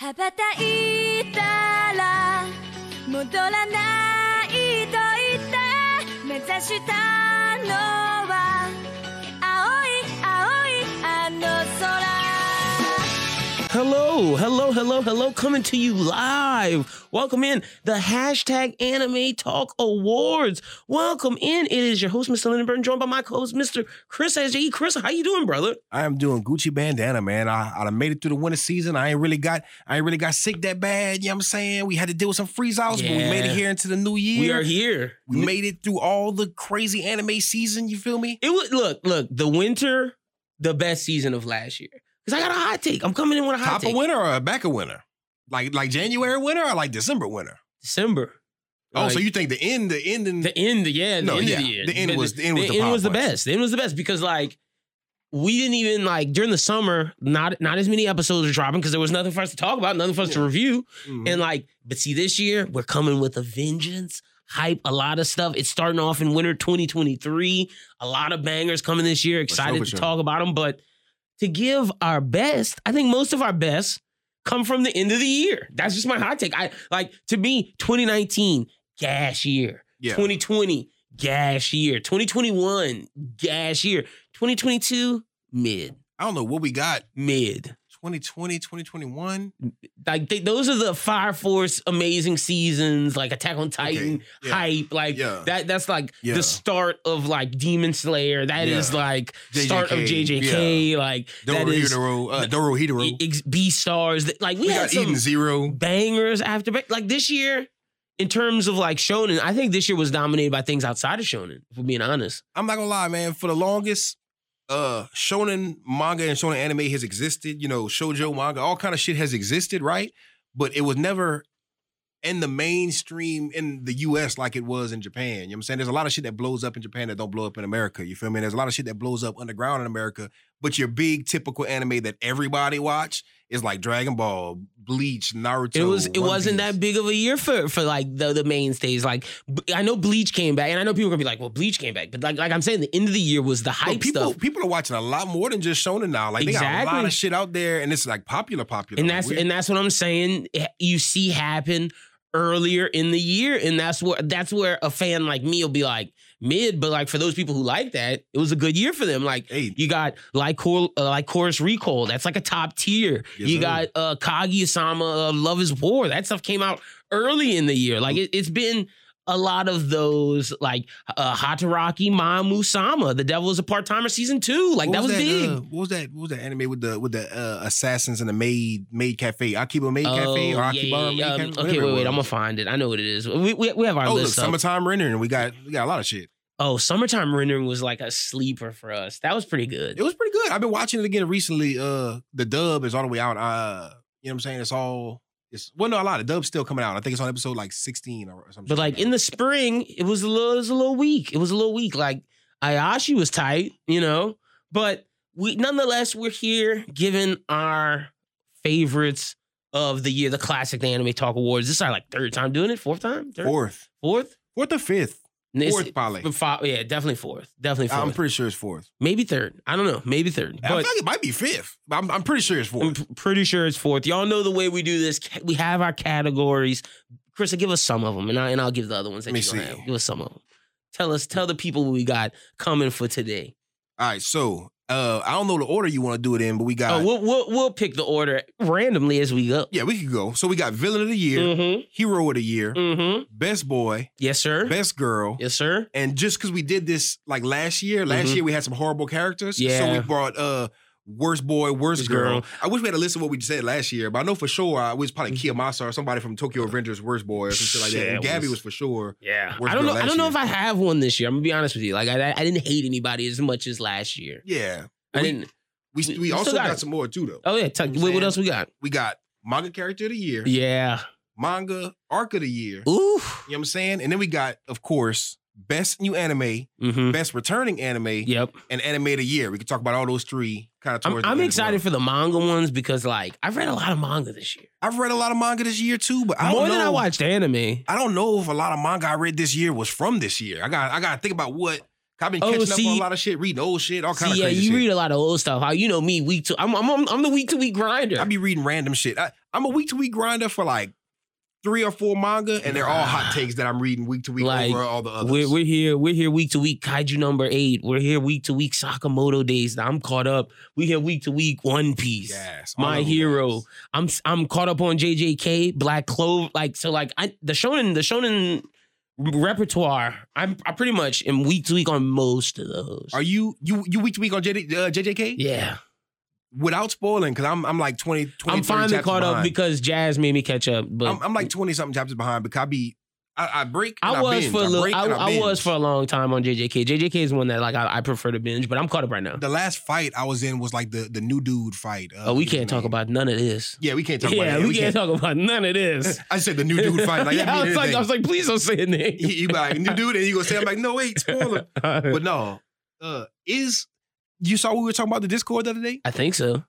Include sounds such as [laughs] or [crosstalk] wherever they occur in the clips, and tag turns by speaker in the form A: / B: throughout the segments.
A: 羽ばたいたら戻らないと言って目指したのは青い青いあの空
B: Hello, hello, hello, hello, coming to you live. Welcome in the hashtag Anime Talk Awards. Welcome in. It is your host, Mr. Lindenburn, joined by my co-host, Mr. Chris SJE. Chris, how you doing, brother?
C: I am doing Gucci bandana, man. I, I done made it through the winter season. I ain't really got I ain't really got sick that bad. You know what I'm saying? We had to deal with some freeze outs, but we made
B: Yeah.
C: it here into the new year.
B: We are here.
C: We made it through all the crazy anime season, you feel me?
B: It was look, look, the winter, the best season of last year. Because I got a hot take. I'm coming in with a hot
C: Top
B: take.
C: of winter or back of winter? Like like January winter or like December winter?
B: December.
C: Oh,
B: Like,
C: so you think the end, the ending
B: the end, yeah, the
C: No,
B: end
C: yeah.
B: of the year.
C: The end was- the end was the
B: end
C: pop
B: was the
C: was.
B: best. The end was the best because like we didn't even like during the summer, not not as many episodes were dropping because there was nothing for us to talk about, nothing for us to
C: Yeah.
B: review.
C: Mhm.
B: And like, but see, this year we're coming with a vengeance. Hype, a lot of stuff. It's starting off in winter 2023. A lot of bangers coming this year.
C: sure,
B: Excited
C: for
B: to
C: sure.
B: talk about them. But to give our best, I think most of our best come from the end of the year. That's just my hot take. I like to me, 2019, gash year.
C: Yeah.
B: 2020, gash year. 2021, gash year. 2022, mid.
C: I don't know what we got.
B: Mid.
C: 2020, 2021.
B: Like they, those are the Fire Force amazing seasons, like Attack on Titan
C: Okay, yeah.
B: hype, like
C: Yeah.
B: that. That's like
C: Yeah.
B: the start of like Demon Slayer. That is
C: Yeah.
B: like start of
C: JJK,
B: JJK. Like that is E,
C: Dorohedoro, uh, Dorohedoro.
B: B stars. Like we,
C: We
B: had
C: got
B: some
C: Eden Zero.
B: bangers after bang- like this year. In terms of like shonen, I think this year was dominated by things outside of shonen. If we're being honest,
C: I'm not gonna lie, man. For the longest, uh, shonen manga and shonen anime has existed. You know, shojo manga, all kind of shit has existed, right? But it was never in the mainstream in the U.S. like it was in Japan. You know what I'm saying? There's a lot of shit that blows up in Japan that don't blow up in America. You feel me? There's a lot of shit that blows up underground in America. But your big typical anime that everybody watch is like Dragon Ball, Bleach, Naruto.
B: It was. It
C: One
B: wasn't
C: Piece.
B: that big of a year for for like the the mainstays. Like B- I know Bleach came back, and I know people are gonna be like, "Well, Bleach came back," but like like I'm saying, the end of the year was the
C: But
B: hype
C: people,
B: stuff,
C: people are watching a lot more than just Shonen now. Like they got a lot
B: Exactly.
C: of shit out there, and it's like popular, popular.
B: and
C: Like,
B: that's
C: we-
B: and that's what I'm saying. eh, You see happen earlier in the year, and that's where that's where a fan like me will be like mid, but like for those people who like that, it was a good year for them. Like
C: Hey,
B: You got like Cor- uh, like Chorus Recall. That's like a top tier.
C: Yes,
B: you
C: sir.
B: got uh, Kagi Osama uh, Love Is War. That stuff came out early in the year. Like
C: Mm.
B: it, it's been a lot of those like uh, Hataraki Mamu Sama. The Devil is a Part Timer season two. Like
C: what
B: that was big.
C: uh, what was that? What was that anime with the with the uh, assassins and the maid maid cafe? Akiba maid cafe
B: Oh,
C: or
B: yeah,
C: Akiba
B: yeah, yeah.
C: maid
B: Um,
C: cafe?
B: okay,
C: Whatever it
B: wait, wait. I'm gonna
C: was.
B: find it. I know what it is. We we, we have our
C: Oh, look,
B: list. up.
C: summertime rendering. We got we got a lot of shit.
B: oh, summertime rendering was like a sleeper for us. That was pretty good.
C: It was pretty good. I've been watching it again recently. Uh, the dub is all the way out. Uh, you know what I'm saying? It's all. It's well, no, a lot. The dub's still coming out. I think it's on episode like 16 or something.
B: But like in the spring, it was a little, it was a little weak. It was a little weak. Like Ayashi was tight, you know. But we nonetheless, we're here giving our favorites of the year, the classic the anime talk awards. This is our like third time doing it, fourth time, Third?
C: fourth,
B: fourth,
C: fourth or fifth,
B: And it's-
C: fourth, probably.
B: but fi- yeah, definitely fourth, definitely 4th
C: I'm pretty sure it's fourth.
B: maybe third. I don't know, maybe third.
C: I
B: But Mm.
C: think it might be fifth. but I'm, I'm pretty sure it's
B: I'm
C: fourth.
B: p- pretty sure it's fourth. Y'all know the way we do this. Ca- We have our categories. Chris, give us some of them, and I and I'll give the other ones that
C: Let me
B: you don't
C: see.
B: have. Give us some of them. Tell us, tell the people what we got coming for today.
C: All right, so uh, I don't know the order you want to do it in, but we got
B: Oh, we'll, we'll we'll pick the order randomly as we go.
C: yeah, we could go. So we got villain of the year,
B: Mm-hmm.
C: hero of the year,
B: Mm-hmm.
C: best boy,
B: Yes, sir.
C: best girl.
B: Mm. Yes, sir.
C: And just because we did this like last year, last
B: Mhm.
C: year we had some horrible characters. So
B: Yeah.
C: we brought uh worst boy, worst
B: Worst
C: girl.
B: girl. Mm.
C: I wish we had a list of what we said last year, but I know for sure I was probably Kiyomasa or somebody from Tokyo Avengers worst boy or some shit like that.
B: Yeah,
C: And
B: it
C: Gabby
B: was-
C: was for sure.
B: Yeah.
C: Worst
B: I don't
C: girl
B: know. I
C: last
B: don't know
C: year.
B: if I have one this year. I'm gonna be honest with you. Like I, I I didn't hate anybody as much as last year.
C: Yeah.
B: I
C: We-
B: didn't.
C: We
B: We-
C: we,
B: we still
C: also
B: got
C: got,
B: it.
C: some more too though.
B: Oh yeah. Tuck,
C: You know what
B: what, what
C: I'm saying?
B: else we got?
C: We got manga character of the year,
B: Yeah. Mm-hmm.
C: manga arc of the year.
B: Ooh.
C: You know what I'm saying? And then we got, of course, best new anime,
B: Mm-hmm.
C: best returning anime,
B: Yep.
C: and anime of the year. We can talk about all those three kind of
B: I'm,
C: towards.
B: I'm excited for the manga ones because like I've read a lot of manga this year.
C: I've read a lot of manga this year too, but I don't
B: More
C: know,
B: than I watched anime.
C: I don't know if a lot of manga I read this year was from this year. I got I got to think about what. 'cause I've been
B: Oh,
C: catching up on
B: see-
C: a lot of shit, reading old shit, all kind
B: See,
C: of
B: yeah,
C: crazy
B: you
C: shit.
B: read a lot of old stuff. How you know me week to I'm I'm I'm, I'm the week to week grinder.
C: I be reading random shit. I, I'm a week to week grinder for like three or four manga, and they're all hot takes that I'm reading week to week
B: Like,
C: over all the others.
B: we're, we're here. We're here week to week. Kaiju number eight. We're here week to week. Sakamoto days. I'm caught up. We here week to week. One Piece.
C: Yes, all
B: My
C: of them
B: hero.
C: guys.
B: I'm I'm caught up on JJK. Black Clover. Like so. Like I the shonen the shonen repertoire. I'm I pretty much am week to week on most of those.
C: Are you you you week to week on JD, uh, JJK?
B: yeah,
C: Without spoiling, because I'm I'm like 20, 20
B: I'm
C: 30
B: finally
C: chapters
B: caught up
C: behind.
B: because Jazz made me catch up. But
C: I'm, I'm like twenty something chapters behind because I be I, I break. And
B: I was
C: binge.
B: for a
C: I
B: little.
C: break
B: I,
C: and
B: I, was
C: binge.
B: for a long time on JJK. JJK is one that like I, I prefer to binge, but I'm caught up right now.
C: the last fight I was in was like the the new dude fight. Uh,
B: oh, we
C: what's his
B: can't talk
C: name?
B: about none of this.
C: Yeah, we can't talk
B: Yeah,
C: about. that.
B: we, can't, talk about none of
C: [laughs]
B: this.
C: I said the new dude
B: [laughs]
C: fight. Like, that
B: yeah, I
C: mean
B: was like, I
C: anything.
B: was like, please don't say a name. [laughs]
C: you you be like new dude, and you gonna say I'm like, no wait, spoiler. But no, uh, is you saw we were talking about the Discord the other day?
B: I think so.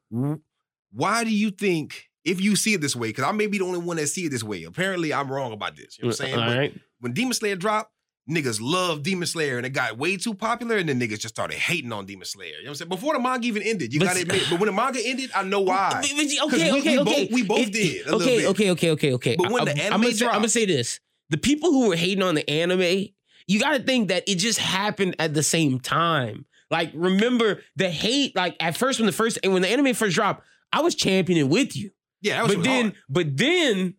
C: Why do you think if you see it this way? Because I may be the only one that see it this way. Apparently, I'm wrong about this. You know what I'm saying?
B: All
C: But
B: right.
C: When Demon Slayer dropped, niggas loved Demon Slayer, and it got way too popular, and then niggas just started hating on Demon Slayer. You know what I'm saying? Before the manga even ended, you
B: But-
C: gotta admit. But when the manga ended, I know why.
B: But- but-
C: 'Cause
B: Okay,
C: we-
B: okay,
C: we
B: okay.
C: both- we both did a little
B: okay,
C: bit.
B: okay, okay, okay, okay.
C: But when the anime
B: I'm gonna, say, I'm gonna
C: dropped-
B: say this: the people who were hating on the anime, you got to think that it just happened at the same time. Like, remember the hate? Like at first, when the first when the anime first dropped, I was championing with you.
C: Yeah, that was
B: But
C: hard.
B: then, but then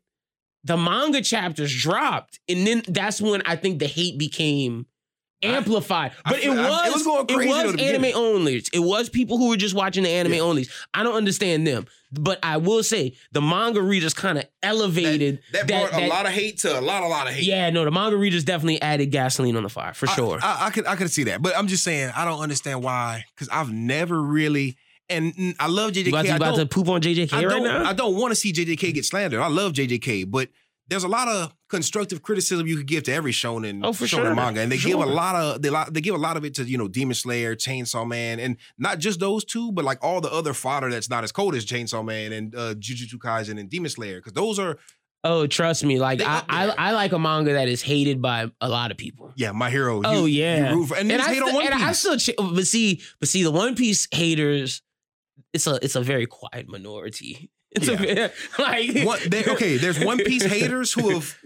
B: the manga chapters dropped, and then that's when I think the hate became
C: I-
B: amplified.
C: I
B: but it,
C: feel-
B: was,
C: I- it was going crazy
B: It
C: though at
B: was
C: the
B: anime
C: beginning.
B: only. It was people who were just watching the anime
C: Yeah.
B: only. I don't understand them, but I will say the manga readers kind of elevated
C: that, brought a lot of hate to a lot, a lot of hate.
B: yeah, no, the manga readers definitely added gasoline on the fire for
C: I-
B: sure.
C: I, I could I could see that, but I'm just saying I don't understand why because I've never really and mm, I love JJK.
B: you about, to, you
C: I
B: about to
C: don't,
B: poop on JJK
C: I
B: right
C: don't,
B: now?
C: I don't want to see JJK get slandered. I love JJK, but there's a lot of constructive criticism you could give to every shonen,
B: Oh, for
C: shonen
B: sure.
C: manga, and they
B: For
C: give a
B: sure.
C: lot of they, li- they give a lot of it to you know Demon Slayer, Chainsaw Man, and not just those two, but like all the other fodder that's not as cold as Chainsaw Man and uh, Jujutsu Kaisen and Demon Slayer because those are
B: oh, trust me, like
C: They
B: I,
C: up
B: I,
C: there.
B: I like a manga that is hated by a lot of people.
C: yeah my hero.
B: Oh,
C: you,
B: yeah.
C: you root for, and,
B: and
C: niggas
B: I,
C: hate on
B: still-
C: One
B: and
C: Piece.
B: I still, ch- but see, but see, the One Piece haters, it's a it's a very quiet minority. [laughs] It's a very, like
C: one,
B: [laughs]
C: there- okay, there's One Piece haters who have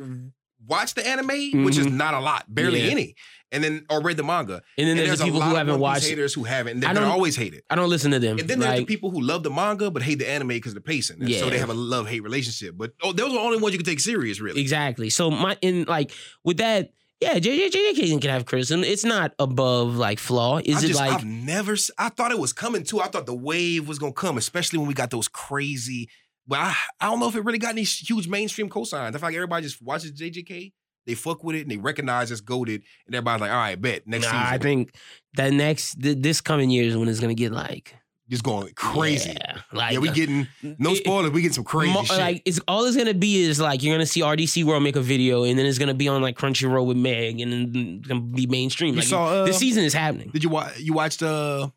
C: watched the anime, which is
B: Mhm.
C: not a lot, barely
B: Yeah.
C: any, and then or read the manga.
B: and then
C: And,
B: there's,
C: there's,
B: the people
C: a lot
B: who
C: of
B: haven't
C: One Piece
B: watched.
C: haters who haven't.
B: I
C: They're, they're
B: don't-
C: always hated.
B: I don't listen to them.
C: And then there's the
B: like,
C: people who love the manga but hate the anime because of the pacing, and so
B: Yeah.
C: they have a love hate relationship. But oh, those are the only ones you can take serious, really.
B: exactly. So my in like with that, yeah, J J J J can have criticism. It's not above like flaw. Is
C: I
B: it
C: just,
B: like
C: I've never. s- I thought it was coming too. I thought the wave was gonna come, especially when we got those crazy. But I, I don't know if it really got any huge mainstream cosigns. I feel like everybody just watches JJK, they fuck with it, and they recognize it's goaded, and everybody's like, "All right, bet next
B: Nah,
C: season."
B: I think that next th- this coming year is when it's gonna get like
C: just going crazy. Yeah,
B: Yeah, like
C: we getting no
B: it-
C: spoilers. We getting some crazy
B: Mo-
C: shit.
B: Like it's all it's gonna be is like you're gonna see RDC World make a video, and then it's gonna be on like Crunchyroll with Meg, and then it's gonna be mainstream.
C: you
B: Like
C: saw uh,
B: this season is happening.
C: Did you watch? You watched uh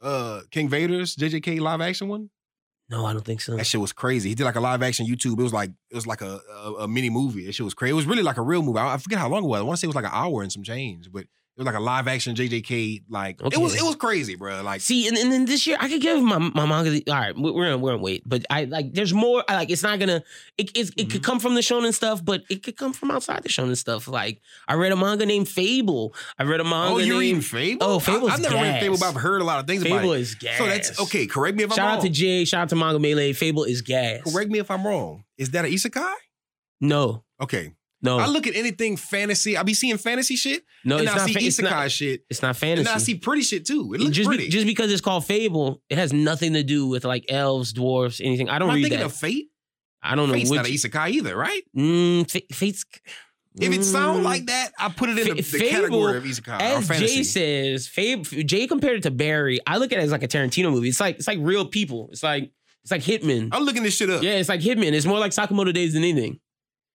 C: uh King Vader's JJK live action one?
B: No, I don't think so.
C: That shit was crazy. He did like a live action YouTube. It was like it was like a a, a mini movie. That shit was crazy. It was really like a real movie. I, I forget how long it was. I want to say it was like an hour and some change, but it was like a live action JJK. Like it was
B: Okay.
C: it was crazy, bro. Like
B: See, and, and then this year I could give my my manga. The, all right, we- we're gonna we're gonna wait, but I like there's more. I, like it's not gonna. It it's, it
C: Mm-hmm.
B: could come from the shonen stuff, but it could come from outside the shonen stuff. Like I read a manga named Fable. I read a manga.
C: oh, you
B: named,
C: reading Fable?
B: Oh,
C: I-
B: Fable's
C: I've never read
B: gas.
C: Fable, but I've heard a lot of things
B: Fable
C: about it.
B: is gas.
C: So that's okay. Correct me if
B: Shout
C: I'm
B: out
C: wrong.
B: to Jay. Shout out to Manga Melee. Fable is gas.
C: Correct me if I'm wrong. Is that an isekai?
B: No,
C: Okay.
B: no,
C: I look at anything fantasy. I be seeing fantasy shit,
B: Oh. no.
C: and
B: it's
C: I
B: not.
C: see
B: fa- it's
C: isekai
B: not.
C: shit,
B: It's not fantasy.
C: and I see pretty shit too. It looks
B: just, be-
C: pretty.
B: just because it's called Fable, it has nothing to do with like elves, dwarfs, anything. I don't
C: Am I
B: read
C: thinking
B: that.
C: of Fate?
B: I don't know
C: Fate's not an
B: which.
C: isekai either, right?
B: Mm, Fa- Fate's.
C: If it sound
B: Mm.
C: like that, I put it in
B: Fa-
C: the, the
B: Fable,
C: category of isekai or
B: as
C: fantasy.
B: Jay says, Fab, Jay compared it to Barry. I look at it as like a Tarantino movie. It's like it's like real people. It's like it's like Hitman.
C: I'm looking this shit up.
B: Yeah, it's like Hitman. It's more like Sakamoto Days than anything.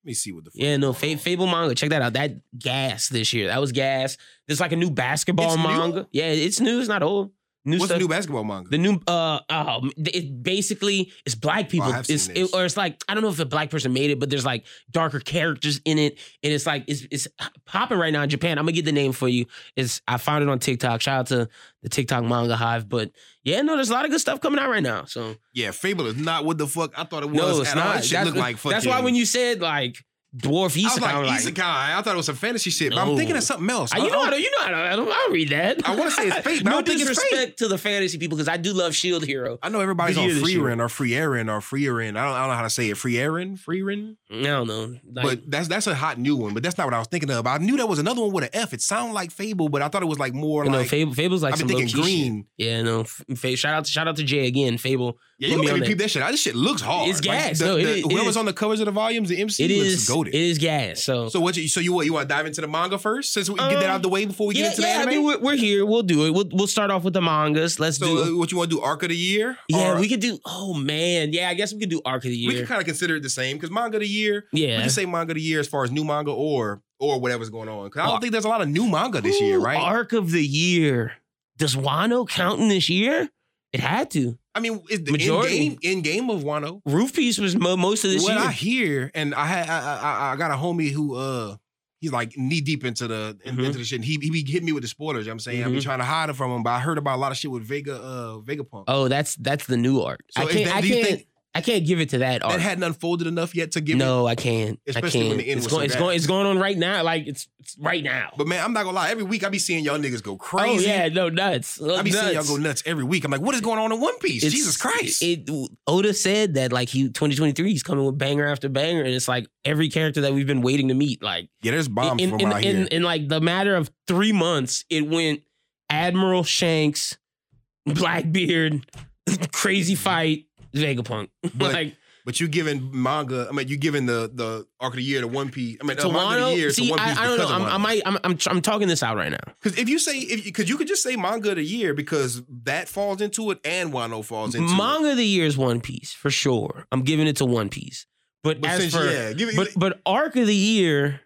C: Let me see what the fuck.
B: Yeah, no, Fa- Fable manga. Check that out. That gas this year. That was gas. There's like a new basketball
C: It's new?
B: manga. Yeah, it's new. It's not old. New
C: What's
B: stuff.
C: the new basketball manga?
B: The new uh oh it basically it's black people.
C: Oh, I have
B: it's
C: seen
B: it,
C: this.
B: or it's like I don't know if a black person made it, but there's like darker characters in it, and it's like it's it's popping right now in Japan. I'm gonna get the name for you. It's I found it on TikTok. Shout out to the TikTok manga hive. But yeah, no, there's a lot of good stuff coming out right now. So
C: yeah, Fable is not what the fuck I thought it was.
B: no, it's
C: at all.
B: not.
C: That shit
B: that's
C: looked like fucking.
B: that's why when you said like dwarf
C: I was
B: isekai,
C: like,
B: I'm like,
C: Isekai. I thought it was some fantasy shit, but I'm
B: No.
C: thinking of something else.
B: I- you
C: I-
B: know,
C: I-
B: I don't, you know, I don't, I don't, I don't read that.
C: I wanna say it's fake, but I
B: [laughs] no
C: don't think it's fake.
B: disrespect to the fantasy people because I do love Shield Hero.
C: I know everybody's
B: Good
C: on
B: year this
C: free
B: year.
C: run or free Aaron or free Aaron. I don't, I don't know how to say it. Free Aaron, free Aaron.
B: I don't know, like,
C: but that's that's a hot new one. But that's not what I was thinking of. I knew there was another one with an F. It sounded like Fable, but I thought it was like more
B: you know,
C: like
B: Fable, Fable's like
C: I've
B: some
C: been
B: low
C: thinking green.
B: Yeah, no. F- Fa- shout out to shout out to Jay again. Fable.
C: Yeah,
B: Put
C: you
B: me on
C: made me
B: that.
C: peep that shit. out. This shit looks hard.
B: It's gas.
C: the-
B: No, it
C: the-
B: is- it
C: whoever's
B: is.
C: on the covers of the volumes, the MC
B: It
C: looks
B: is
C: goaded.
B: it is gas. So,
C: so what? You, so you what? You want to dive into the manga first, since we can get that
B: Um,
C: out the way before we
B: yeah,
C: get into
B: yeah.
C: the
B: I
C: anime.
B: mean, we're, we're here. We'll do it. We'll we'll start off with the mangas. Let's do.
C: so uh, what you want to do? Arc of the year?
B: yeah,
C: Or-
B: we could do. Oh man, yeah. I guess we could do arc of the
C: we
B: year.
C: can kind of consider it the same because manga of the year. We
B: yeah.
C: can say manga of the year as far as new manga or or whatever's going on. Because I don't
B: Ar-
C: think there's a lot of new manga this year,
B: Ooh,
C: right?
B: Arc of the year. Does Wano count in this year? It had to.
C: I mean, is the end
B: Majority.
C: game end game of Wano?
B: Roof piece was mo- most of this
C: what
B: year.
C: I hear, and I had I, I I got a homie who uh he's like knee deep into the in-
B: Mhm.
C: into the shit. And he he be hitting me with the spoilers. You know what I'm saying I be
B: Mhm.
C: trying to hide it from him, but I heard about a lot of shit with Vega uh Vegapunk.
B: oh, that's that's the new arc.
C: So
B: I
C: is
B: can't.
C: that-
B: I
C: do you
B: can't.
C: think-
B: I can't give it to that arc.
C: that hadn't unfolded enough yet to give. me-
B: no, I can't.
C: Especially
B: I
C: when
B: can't.
C: the end
B: it's
C: was
B: going.
C: so
B: it's
C: bad.
B: going. It's going on right now. Like it's it's right now.
C: but man, I'm not gonna lie. Every week I be seeing y'all niggas go crazy.
B: Oh yeah, no nuts.
C: I be seeing y'all
B: Nuts.
C: go nuts every week. I'm like, what is going on in One Piece?
B: It's-
C: Jesus Christ!
B: It, Oda said that like he 2023 he's coming with banger after banger, and it's like every character that we've been waiting to meet. Like
C: yeah, there's bombs
B: in,
C: from
B: in,
C: out
B: in,
C: here.
B: in, like the matter of three months, it went Admiral Shanks, Blackbeard, [laughs] crazy fight, Vegapunk. [laughs]
C: But-
B: like
C: but you giving manga, I mean, you giving the the arc of the year to One Piece. I mean,
B: to
C: uh, manga of the
B: Wano.
C: year
B: See,
C: to One Piece
B: I, I don't know.
C: because
B: I'm,
C: of
B: I
C: Wano.
B: might. I'm, I'm. I'm talking this out right now.
C: Because if you say, if because you could just say manga of the year because that falls into it and Wano falls into
B: Manga of the year is One Piece for sure. I'm giving it to One Piece. But,
C: it. But
B: as
C: since-
B: for
C: yeah, give it.
B: but but arc of the year,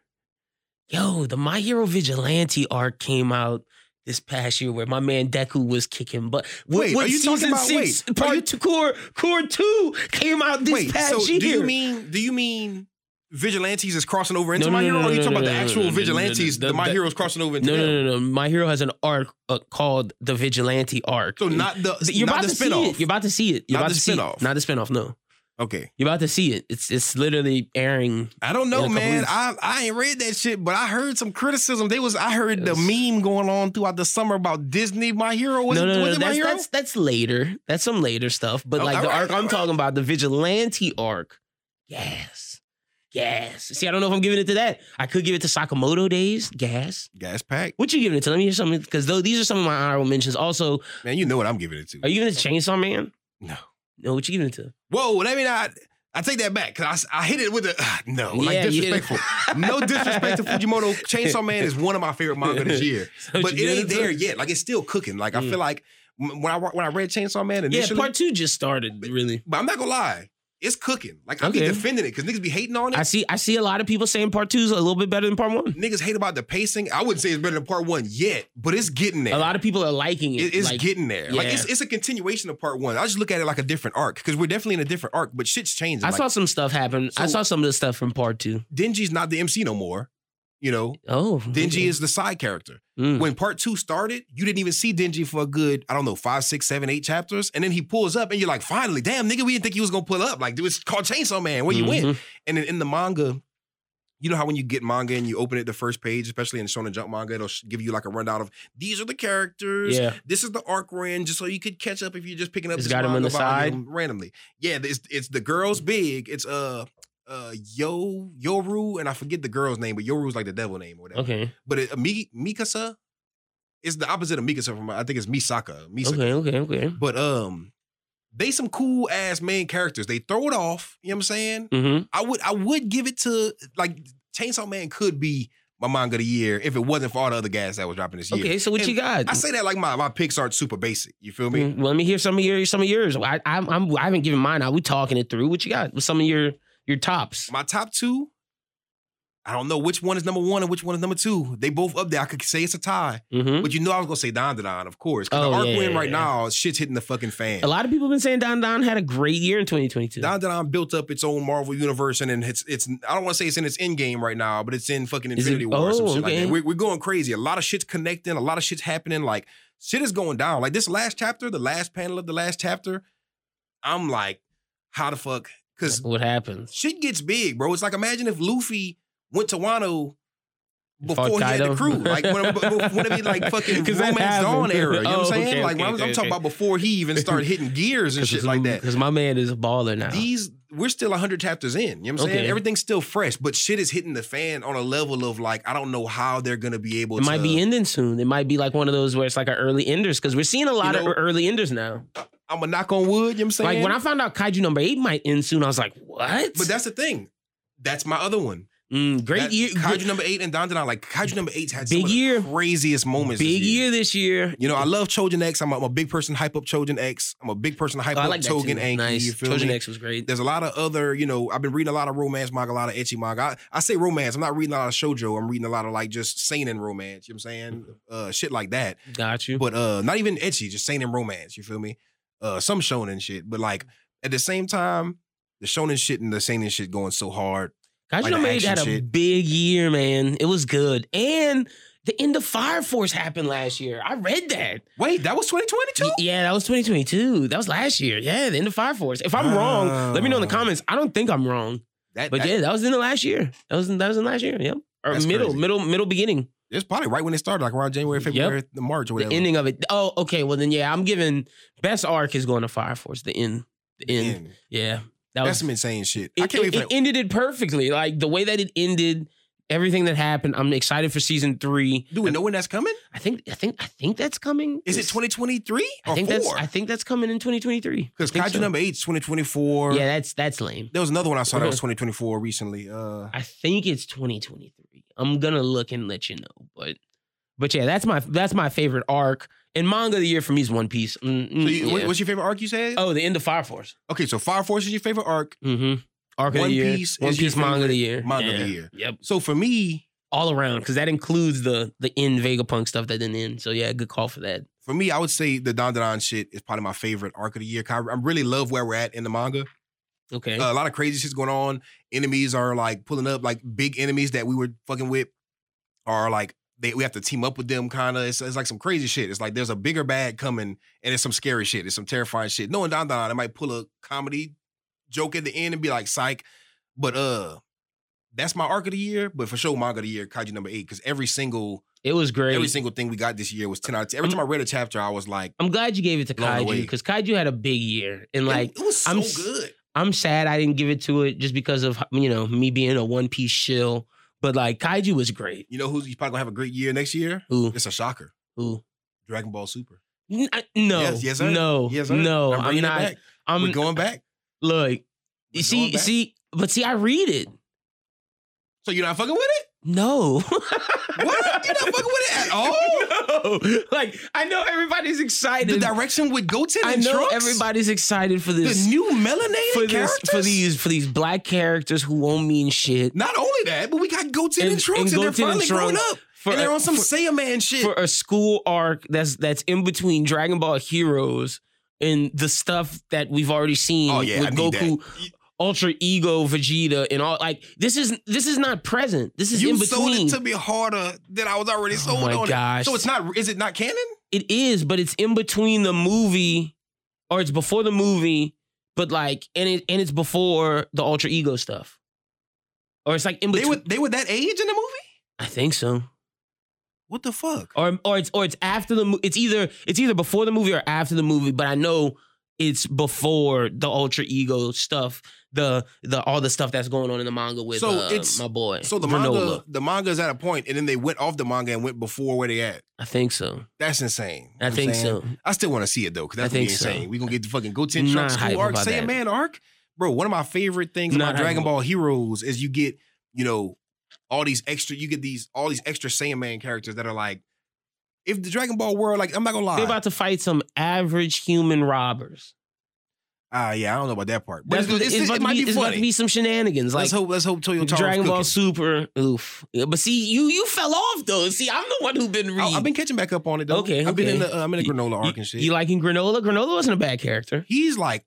B: yo, the My Hero Vigilante arc came out this past year where my man Deku was kicking butt. What-
C: Wait,
B: what
C: are you
B: season
C: talking about-
B: six
C: wait, are
B: part
C: you-
B: two core core two came out this
C: wait,
B: past
C: so
B: year?
C: do you mean do you mean vigilantes is crossing over
B: No,
C: into
B: no,
C: My
B: no,
C: Hero?
B: no,
C: or are you
B: no,
C: talking
B: no,
C: about
B: no,
C: the
B: no,
C: actual
B: no, no, no,
C: vigilantes?
B: no,
C: The My
B: that-
C: Hero's crossing over into
B: no,
C: them?
B: no, no, no. My Hero has an arc uh, called the Vigilante arc.
C: So not the
B: you're
C: not
B: about
C: the
B: to see
C: spinoff.
B: it. You're about to see it. You're
C: Not
B: about
C: the
B: to see
C: spinoff.
B: It. Not the spinoff. No,
C: okay,
B: you're about to see it. It's it's literally airing.
C: I
B: In
C: don't
B: a
C: know,
B: couple
C: man.
B: weeks.
C: I I ain't read that shit, but I heard some criticism. They was I heard
B: Yes.
C: the meme going on throughout the summer about Disney My Hero. Was
B: no,
C: it,
B: no, no,
C: was it My
B: that's,
C: Hero?
B: that's that's later. That's some later stuff. But
C: Oh,
B: like the
C: alright,
B: arc I'm
C: alright.
B: talking about, the vigilante arc. Yes, yes. See, I don't know if I'm giving it to that. I could give it to Sakamoto Days. Gas.
C: Gas pack,
B: What you giving it to? Let me hear something because though these are some of my honorable mentions. Also,
C: man. You know what I'm giving it to.
B: are you giving it to Chainsaw Man?
C: No.
B: No, what you giving it to?
C: Whoa, let me not. I take that back because I, I hit it with a ah, no, like
B: Yeah, you hit it. [laughs]
C: disrespectful. no disrespect to Fujimoto. Chainsaw Man is one of my favorite manga
B: [laughs]
C: this year,
B: So
C: but
B: what you
C: it ain't
B: giving
C: there
B: to?
C: yet. Like it's still cooking. Like I
B: Mm.
C: feel like m- when I wa- when I read Chainsaw Man
B: Yeah,
C: initially,
B: part two just started. Really,
C: but I'm not gonna lie, it's cooking. Like I be
B: Okay.
C: defending it because niggas be hating on it.
B: I see. I see a lot of people saying part two's a little bit better than part one.
C: niggas hate about the pacing. I wouldn't say it's better than part one yet, but it's getting there.
B: A lot of people are liking it.
C: It- it's
B: like,
C: getting there. Like
B: yeah.
C: it's, it's a continuation of part one. I just look at it like a different arc because we're definitely in a different arc, but shit's changing.
B: I
C: like,
B: saw some stuff happen. I
C: So-
B: saw some of the stuff from part two.
C: Denji's not the MC no more. You know,
B: Oh,
C: Denji
B: okay.
C: is the side character.
B: Mm.
C: When part two started, you didn't even see Denji for a good, I don't know, five, six, seven, eight chapters. And then he pulls up and you're like, finally, damn, nigga, we didn't think he was gonna pull up. Like, dude, it's called Chainsaw Man. Where you went?
B: Mhm.
C: And then in the manga, you know how when you get manga and you open it the first page, especially in Shonen Jump manga, it'll sh- give you like a rundown of these are the characters.
B: Mm-hmm. Yeah.
C: This is the arc we're in, just so you could catch up if you're just picking up
B: It's
C: this
B: got 'em on
C: manga
B: the
C: volume randomly. Yeah, it's, it's the girls big. It's uh uh Yo Yoru, and I forget the girl's name, but Yoru's like the devil name or whatever.
B: Okay.
C: But it, Mi- Mikasa is the opposite of Mikasa from I think it's Misaka. Misaka.
B: Okay. Okay. Okay.
C: But um, they some cool ass main characters. They throw it off. You know what I'm saying?
B: hmm
C: I would I would give it to like Chainsaw Man could be my manga of the year if it wasn't for all the other guys that was dropping this year.
B: Okay. So what
C: And
B: you got?
C: I say that like my my picks aren't super basic. You feel me?
B: Mm, well, let me hear some of your some of yours. I I'm, I'm I haven't given mine out. We talking it through. What you got? With some of your your tops?
C: My top two, I don't know which one is number one and which one is number two. They both up there. I could say it's a tie,
B: Mm-hmm.
C: but you know I was gonna say Don Don, of course. 'cause
B: Oh,
C: the arc
B: yeah,
C: win
B: yeah,
C: right
B: yeah.
C: now, shit's hitting the fucking fan.
B: A lot of people have been saying Don Don had a great year in 2022.
C: Don Don built up its own Marvel universe, and then it's it's I don't want to say it's in its end game right now, but it's in fucking
B: Is it-
C: Infinity War or some
B: oh,
C: shit like
B: okay.
C: that. We're, we're going crazy. A lot of shit's connecting. A lot of shit's happening. Like shit is going down. Like this last chapter, the last panel of the last chapter, I'm like, how the fuck? Because
B: what happens?
C: shit gets big, bro. It's like imagine if Luffy went to Wano
B: Fought
C: before he had the
B: Kaido?
C: crew,
B: [laughs]
C: like when, when it be like fucking
B: 'Cause that
C: Romance Dawn
B: happened.
C: era. You know
B: [laughs]
C: what
B: Oh,
C: I'm saying?
B: okay,
C: like
B: okay,
C: I'm, I'm
B: okay,
C: talking
B: okay.
C: about before he even started hitting
B: [laughs]
C: gears and shit like that
B: Because my man is a baller now.
C: these we're still 100 chapters in you know what i'm saying
B: Uh-huh. Okay.
C: everything's still fresh but shit is hitting the fan on a level of like i don't know how they're gonna be able
B: it
C: to
B: might be ending soon. It might be like one of those where it's like an early enders because we're seeing a lot
C: know-
B: of early enders now.
C: i'm a knock on wood you know what i'm saying
B: Like when I found out Kaiju number eight might end soon, I was like, what?
C: but that's the thing that's my other one
B: Mm, great
C: That-
B: year.
C: kaiju number eight and don Don, like kaiju number eight's had some
B: Big
C: of the
B: year.
C: craziest moments this
B: Big year this year.
C: you know, I love Chojin X. I'm a, I'm a big person to hype up Chojin X. I'm a big person to hype
B: Oh, I
C: up
B: like that
C: Togen
B: too.
C: Anki.
B: Nice.
C: You feel
B: Trojan
C: me?
B: X was great.
C: There's a lot of other, you know, I've been reading a lot of romance manga, a lot of etchy manga. I, I say romance, I'm not reading a lot of shoujo. I'm reading a lot of like just seinen romance, you know what I'm
B: Mm-hmm.
C: saying? Uh shit like that.
B: Got you.
C: But uh not even etchy, just seinen romance, you feel me? Uh some shonen shit, but like
B: Mm-hmm.
C: at the same time, the shonen shit and the seinen shit going so hard.
B: Kaiju
C: like the
B: number eight
C: action
B: had a
C: shit.
B: big year, man. It was good. And the end of Fire Force happened last year. I read that.
C: Wait, that was 2022?
B: Y- Yeah, that was 2022. That was last year. Yeah, the end of Fire Force. If I'm
C: Wow.
B: wrong, let me know in the comments. I don't think I'm wrong.
C: That,
B: But
C: that-
B: yeah, that was in the last year. That was in, that was in last year. Yep. Or
C: That's
B: middle,
C: crazy.
B: middle, middle beginning.
C: it's probably right when it started, like around January,
B: Yep.
C: February, March or
B: The
C: whatever.
B: ending of it. Oh, okay. Well then yeah, I'm giving best arc is going to Fire Force. The end. The end.
C: End.
B: Yeah. That
C: That's
B: was
C: some insane shit. I
B: it,
C: can't
B: it-
C: wait for
B: it
C: that.
B: ended it perfectly. Like the way that it ended, everything that happened. I'm excited for season three.
C: Do we know when that's coming?
B: I think I think I think that's coming.
C: Is it 2023
B: I
C: or
B: think that's
C: four?
B: I think that's coming in 2023.
C: Because
B: I think
C: Kaiju
B: so.
C: number eight is 2024.
B: Yeah, that's that's lame.
C: There was another one I saw that was
B: Okay.
C: 2024 recently. Uh,
B: I think it's 2023. I'm gonna look and let you know, but but yeah, that's my that's my favorite arc. And manga of the year for me is One Piece. Mm,
C: so
B: mm,
C: you, what-
B: yeah.
C: What's your favorite arc you said?
B: oh, the end of Fire Force.
C: Okay, so Fire Force is your favorite arc.
B: Mm-hmm. Arc of
C: One
B: the year.
C: Piece
B: One
C: is your
B: Piece manga of the year.
C: manga of the
B: Yeah.
C: year.
B: Yep.
C: So for me,
B: all around because that includes the the end Vegapunk stuff that didn't end. So yeah, good call for that.
C: for me, I would say the Don Don shit is probably my favorite arc of the year. I I really love where we're at in the manga.
B: Okay,
C: Uh, a lot of crazy shit's going on. Enemies are like pulling up, like big enemies that we were fucking with are like they we have to team up with them kind of. It's, it's like some crazy shit. It's like there's a bigger bad coming and it's some scary shit. It's some terrifying shit. Knowing Don Don, it might pull a comedy joke at the end and be like psych. But uh that's my arc of the year, but for sure manga of the year, kaiju number eight, because every single
B: it was great.
C: every single thing we got this year was 10 out of 10. Every time I read a chapter, I was like,
B: I'm glad you gave it to
C: Blown
B: Kaiju
C: away.
B: because Kaiju had a big year, and
C: like
B: like
C: it, was so
B: I'm s-
C: good.
B: I'm sad I didn't give it to it just because of you know me being a One Piece shill. But like Kaiju was great.
C: You know who's he's probably gonna have a great year next year?
B: Ooh,
C: It's a shocker.
B: ooh.
C: Dragon Ball Super.
B: N- I- No,
C: Yes, yes, sir.
B: no,
C: Yes, sir.
B: no.
C: I'm
B: I'm
C: bringing it
B: not.
C: back.
B: I'm
C: We're going back.
B: look.
C: We're going
B: see,
C: back.
B: see, but see, I read it.
C: So you're not fucking with it?
B: [laughs] No. [laughs]
C: What? You're not fucking with it at all?
B: Oh no! Like I know everybody's excited.
C: The direction with Goten
B: I
C: and
B: know
C: Trunks?
B: everybody's excited for
C: The
B: this
C: new melanated
B: for this
C: characters?
B: for these for these black characters who won't mean shit.
C: Not only that, but we got Goten and,
B: And-
C: Trunks
B: and
C: and, they're
B: Goten and
C: finally growing
B: Trunks
C: up.
B: For
C: and they're
B: a,
C: on some
B: for,
C: Saiyaman shit.
B: for a school arc that's that's in between Dragon Ball Heroes and the stuff that we've already seen
C: oh, yeah,
B: with
C: I need
B: Goku,
C: that.
B: Ultra Ego, Vegeta, and all. Like this is this is not present. This is
C: You
B: in
C: sold
B: between.
C: it to me harder than I was already sold
B: oh my
C: on
B: gosh!
C: it. So it's not, is it not canon?
B: it is, but it's in between the movie, or it's before the movie, but like and it and it's before the alter ego stuff, or it's like in
C: They
B: between.
C: were, they were that age in the movie?
B: I think so,
C: What the fuck?
B: or or it's or it's after the mo- it's either it's either before the movie or after the movie, but I know it's before the alter ego stuff, the the all the stuff that's going on in the manga with
C: So
B: uh,
C: it's-
B: my boy.
C: So the
B: Granola.
C: manga, the manga's at a point, and then they went off the manga and went before where they at.
B: I think so.
C: That's insane.
B: I
C: You know what I'm
B: think
C: saying?
B: so.
C: I still want to see it though, because
B: I
C: that's gonna be
B: think so.
C: insane. We gonna get the fucking Goten
B: Not
C: Trunks
B: hype
C: school arc,
B: about that.
C: Saiyan Man arc, bro. One of my favorite things
B: Not
C: about
B: hype
C: Dragon
B: about-
C: Ball Heroes is you get, you know, all these extra. You get these all these extra Saiyan Man characters that are like, if the Dragon Ball world, like, I'm not gonna lie,
B: They're about to fight some average human robbers.
C: Ah, yeah, I don't know about that part. But
B: That's
C: it's,
B: what-
C: it's,
B: it's about
C: it
B: to
C: might be,
B: it's about
C: funny.
B: to be some shenanigans. Like
C: let's hope. Let's hope Toyo Taro
B: Dragon Ball Super. Oof. Yeah, But see, you you fell off though. See, I'm the one who been reading.
C: Oh, I've been catching back up on it though.
B: Okay,
C: I've been
B: okay.
C: in the uh, I'm in the
B: You-
C: granola arc
B: you,
C: and shit.
B: you liking Granola? Granola wasn't a bad character.
C: he's like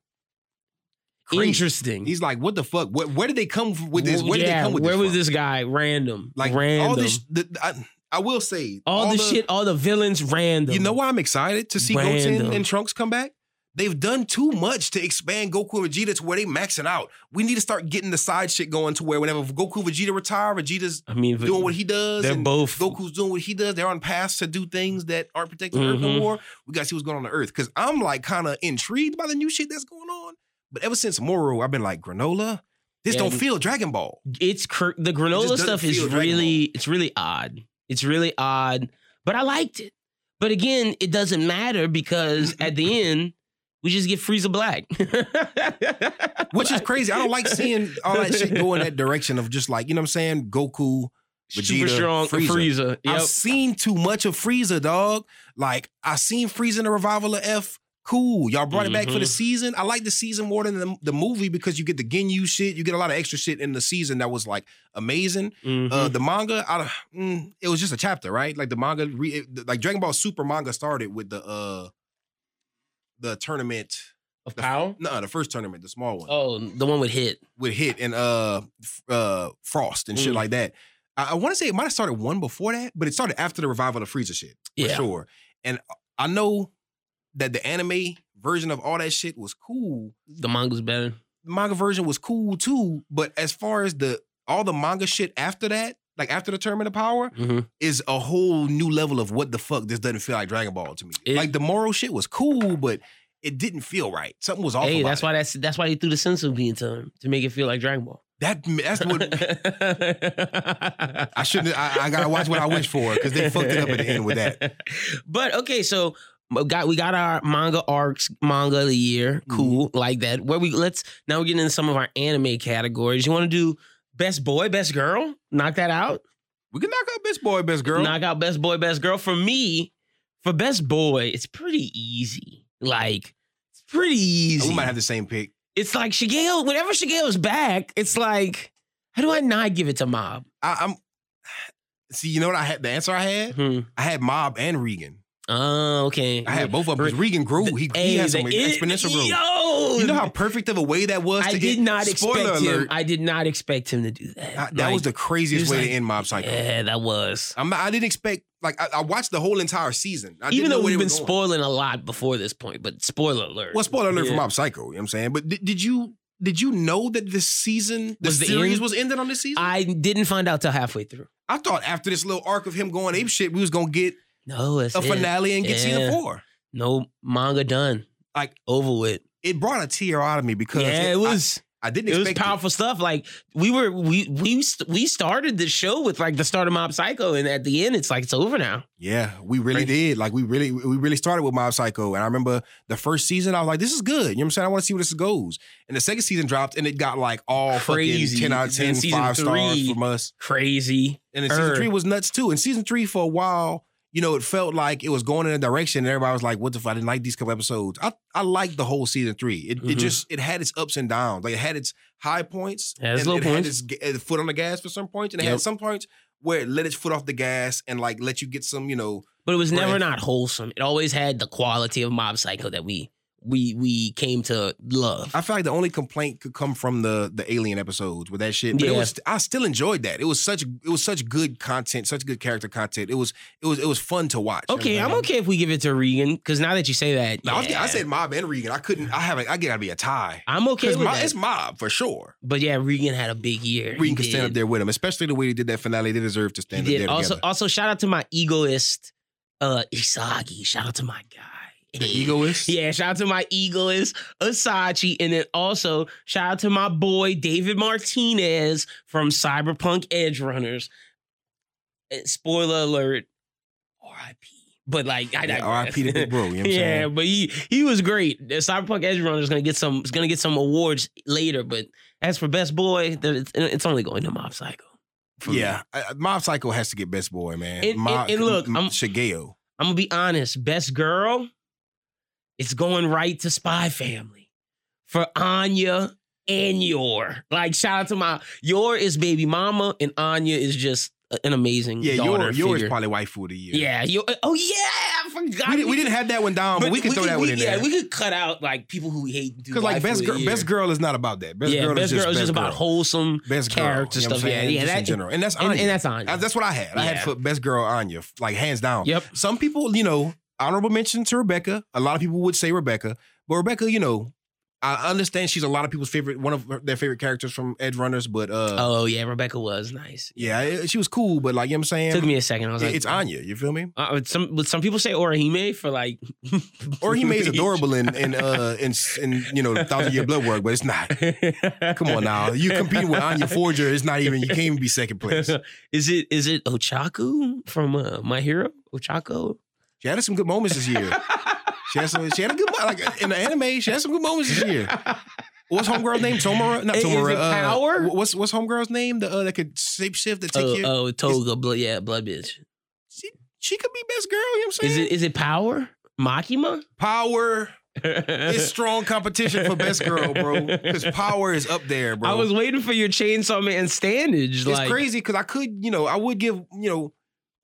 C: crazy.
B: Interesting.
C: He's like, what the fuck? Where, where did they come f- with this?
B: Well,
C: Where did
B: yeah,
C: they come with
B: where
C: this?
B: was
C: from?
B: this guy? Random.
C: Like
B: random.
C: all this. The, I, I will say
B: all, the, shit, all the villains random.
C: You know why I'm excited to see
B: Random.
C: Goten and Trunks come back? They've done too much to expand Goku and Vegeta to where they maxing out. We need to start getting the side shit going to where whenever Goku Vegeta retire, Vegeta's
B: I mean,
C: doing what he does.
B: they're
C: and
B: both
C: Goku's doing what he does. They're on paths to do things that aren't protecting Earth
B: Mhm.
C: no more. We gotta see what's going on on Earth. Cause I'm like kind of intrigued by the new shit that's going on. But ever since Moro, I've been like, granola, this
B: Yeah,
C: don't
B: and-
C: feel Dragon Ball.
B: it's cur- the
C: It
B: granola
C: just doesn't
B: stuff is
C: feel Dragon
B: really it's really odd. It's really odd, but I liked it. But again, it doesn't matter because at
C: [laughs]
B: the end we just get Frieza Black, [laughs]
C: Which is crazy. I don't like seeing all that shit go in that direction of just like, you know what I'm saying? Goku,
B: super
C: Vegeta,
B: strong Frieza.
C: Frieza.
B: Yep.
C: I've seen too much of Frieza, dog. Like I seen Frieza in the revival of F. Cool, y'all brought it back for
B: Mhm.
C: the season. I like the season more than the, the movie because you get the Ginyu shit. You get a lot of extra shit in the season that was like amazing.
B: Mhm.
C: Uh, the manga, I, don't- mm, it was just a chapter, right? Like the manga, re, it- like Dragon Ball Super manga started with the uh the tournament.
B: of power.
C: No, the first tournament, the small one
B: Oh, the one with hit.
C: with Hit and uh f- uh Frost and shit
B: Mm.
C: like that. I, I want to say it might have started one before that, but it started after the revival of Frieza shit for
B: Yeah,
C: sure. And I know that the anime version of all that shit was cool.
B: the manga's better.
C: The manga version was cool too, but as far as the all the manga shit after that, like after the Tournament of Power,
B: Mhm.
C: is a whole new level of what the fuck. This doesn't feel like Dragon Ball to me.
B: It-
C: like the moral shit was cool, but it didn't feel right. Something was off.
B: Hey,
C: about
B: that's
C: it.
B: why that's that's why they threw the sensu bean to him to make it feel like Dragon Ball.
C: that that's
B: [laughs]
C: what I shouldn't. I, I gotta watch what I wish for because they fucked it up at the end with that.
B: [laughs] But okay, so we got we got our manga arcs, manga of the year,
C: Mm-hmm.
B: cool like that. Where we let's now we're getting into some of our anime categories. You want to do best boy, best girl? Knock that out.
C: We can knock out best boy, best girl.
B: Knock out best boy, best girl. For me, for best boy, it's pretty easy. Like it's pretty easy.
C: we might have the same pick.
B: it's like Shigeo. Whenever Shigeo's back, it's like how do I not give it to Mob?
C: I, I'm. [sighs] See, you know what I had? The answer I
B: [laughs]
C: had,
B: Hmm.
C: I had Mob and Regan.
B: Oh, okay.
C: I had both of them. 'cause Regan grew. He, he
B: Hey,
C: has some
B: the it-
C: exponential growth.
B: Yo,
C: You know how perfect of a way that was.
B: I
C: to
B: did
C: end-
B: not
C: Spoiler
B: expect him.
C: alert,
B: I did not expect him to do that.
C: I- that was the craziest
B: was
C: way to
B: like,
C: end Mob Psycho.
B: yeah, that was.
C: I'm not, I didn't expect. Like I, I watched the whole entire season. I didn't
B: Even
C: know
B: though we've
C: where they
B: been
C: were going.
B: spoiling a lot before this point, but spoiler alert.
C: Well, spoiler alert
B: Yeah.
C: for Mob Psycho. You know what I'm saying? But did, did you did you know that this season, the
B: Was the
C: series
B: end?
C: was ended on this season?
B: I didn't find out till halfway through.
C: I thought after this little arc of him going ape shit, we was gonna get
B: No, it's
C: a finale and get
B: Yeah.
C: season four.
B: No manga done.
C: Like-
B: over with.
C: It brought a tear out of me because
B: Yeah, it
C: I-
B: was.
C: I, didn't
B: it was
C: expect
B: powerful stuff. Like we were, we we st- we started the show with like the start of Mob Psycho, and at the end, it's like it's over now.
C: Yeah, we really
B: Right.
C: did. Like we really we really started with Mob Psycho. And I remember the first season, I was like, this is good. You know what I'm saying? I want to see where this goes. And the second season dropped and it got like all
B: Crazy.
C: fucking 10 out of
B: Then
C: 10,
B: season
C: five stars
B: three-
C: from us.
B: Crazy.
C: And then season
B: Err.
C: three was nuts too. And season three for a while, you know, it felt like it was going in a direction and everybody was like, what the fuck? I didn't like these couple episodes. I, I liked the whole season three. It,
B: Mhm.
C: it just, it had its ups and downs. Like it had its high points.
B: It had its
C: and
B: low
C: it
B: points.
C: had its ga- uh, foot on the gas for some points. And it
B: Yep.
C: had some points where it let its foot off the gas and like let you get some, you know,
B: but it was never
C: Right.
B: not wholesome. It always had the quality of Mob Psycho that we we we came to love.
C: I feel like the only complaint could come from the the alien episodes with that shit. But it
B: Yeah.
C: was I still enjoyed that. It was such it was such good content, such good character content. It was it was it was fun to watch.
B: okay, I'm
C: okay.
B: okay if we give it to Regan because now that you say that,
C: No, I, was-
B: yeah,
C: I said Mob and Regan. I couldn't. I haven't. I gotta be a tie.
B: I'm okay
C: Cause
B: with
C: Mob-
B: that.
C: it's Mob for sure.
B: But yeah, Regan had a big year.
C: Regan
B: He
C: could stand up
B: did.
C: there with him, especially the way he did that finale. They deserve to stand up
B: He
C: there
B: did. Also,
C: together.
B: also shout out to my egoist, uh, Isagi. Shout out to my guy. [laughs]
C: The egoist.
B: Yeah, shout out to my egoist Asachi, and then also shout out to my boy David Martinez from Cyberpunk Edge Runners. Eh, Spoiler alert, R.I.P. But like, I
C: Yeah,
B: digress. [laughs]
C: R.I.P. to Big Bro. You know what I'm
B: yeah,
C: saying?
B: but he he was great. The Cyberpunk Edge Runner is gonna get some is gonna get some awards later. But as for best boy, then it's, it's only going to Mob Psycho. for me.
C: Yeah, I- I- Mob Psycho has to get Best Boy, man.
B: And-
C: Mob,
B: and- and look,
C: M-
B: I'm- Mm,
C: Shigeo.
B: I'm gonna be honest. Best girl, it's going right to Spy Family. for Anya and Yor. Like shout out to my Yor is baby mama and Anya is just a- an amazing
C: Yeah,
B: daughter
C: your, yours
B: figure.
C: probably white food of the year.
B: yeah, Yor, oh yeah, I forgot.
C: we, did, we didn't have that one down, but, we could throw that one in
B: yeah,
C: there.
B: we could cut out like people who hate
C: Because like best girl,
B: girl,
C: best girl is not about that. Best
B: yeah,
C: girl
B: best
C: is just
B: girl is just about
C: girl.
B: wholesome
C: best girl,
B: character
C: you know what I'm
B: stuff. Yeah,
C: saying?
B: yeah,
C: just in
B: that-
C: general, and that's
B: and,
C: Anya.
B: and that's Anya.
C: Uh, That's what I had. I had
B: Yeah.
C: for best girl Anya, f- like hands down.
B: yep.
C: Some people, you know, honorable mention to Rebecca. A lot of people would say Rebecca, but Rebecca, you know, I understand she's a lot of people's favorite, one of her- their favorite characters from Edge Runners, but uh,
B: Oh yeah, Rebecca was nice.
C: yeah, it- she was cool. But like you know what I'm saying,
B: Took me a second. I was
C: it-
B: like,
C: it's Anya. You feel me?
B: Uh, some but some people say Orihime for like, [laughs]
C: Or he made adorable in in uh in, in you know Thousand Year Blood Work, but it's not. Come on now, you competing with Anya Forger. It's not even. You can't even be second place.
B: [laughs] is it is it Ochaku from uh, My Hero? Ochako?
C: [laughs] She had some good moments this year. She had some. She had a good like in the anime. She had some good moments this year. What's homegirl's name? Tomura, not
B: Is it
C: Tomura. uh,
B: Power?
C: wh- What's what's homegirl's name? The uh, that could shapeshift that take
B: Oh,
C: you.
B: oh Toga, blood, yeah, blood bitch.
C: She, she could be best girl. You know what I'm
B: Is
C: saying?
B: it is it Power? Makima?
C: power is
B: [laughs]
C: strong competition for best girl, bro. Because power is up there, bro.
B: I was waiting for your Chainsaw Man standage.
C: it's
B: like,
C: crazy because I could, you know, I would give, you know,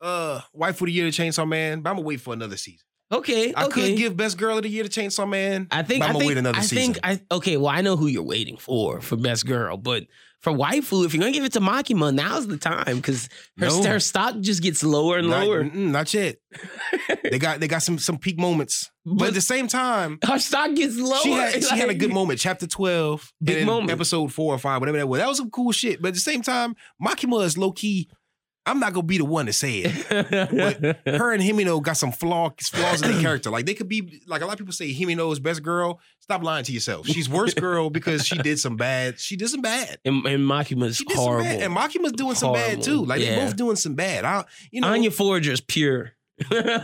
C: uh, wife of the year to Chainsaw Man, but I'm gonna wait for another season.
B: Okay,
C: I
B: okay.
C: could give best girl of the year to Chainsaw Man.
B: I think
C: But
B: I
C: I'ma
B: think,
C: wait another
B: I
C: season.
B: think I okay. Well, I know who you're waiting for for best girl, but for waifu, if you're gonna give it to Makima, now's the time because her,
C: No.
B: her stock just gets lower and
C: not,
B: lower.
C: mm, not
B: [laughs]
C: yet. they got they got some some peak moments, but, at
B: But
C: the same time,
B: her stock gets lower.
C: she had she had a
B: [laughs]
C: good
B: Like,
C: moment. Chapter twelve, and
B: Big
C: then
B: moment.
C: episode four or five, whatever that was. That was some cool shit. But at the same time, Makima is low key. I'm not gonna be the one to say
B: [laughs]
C: it. Her and Himino got some flaw, flaws in their character. Like they could be like a lot of people say Himino is best girl. Stop lying to yourself. She's worst girl because she did some bad. She did some bad.
B: and, and Makima's
C: She did
B: horrible.
C: some bad. And Makima's doing some bad
B: Horrible.
C: too. Like they
B: Yeah.
C: both doing some bad. I you know
B: Anya Forger's pure.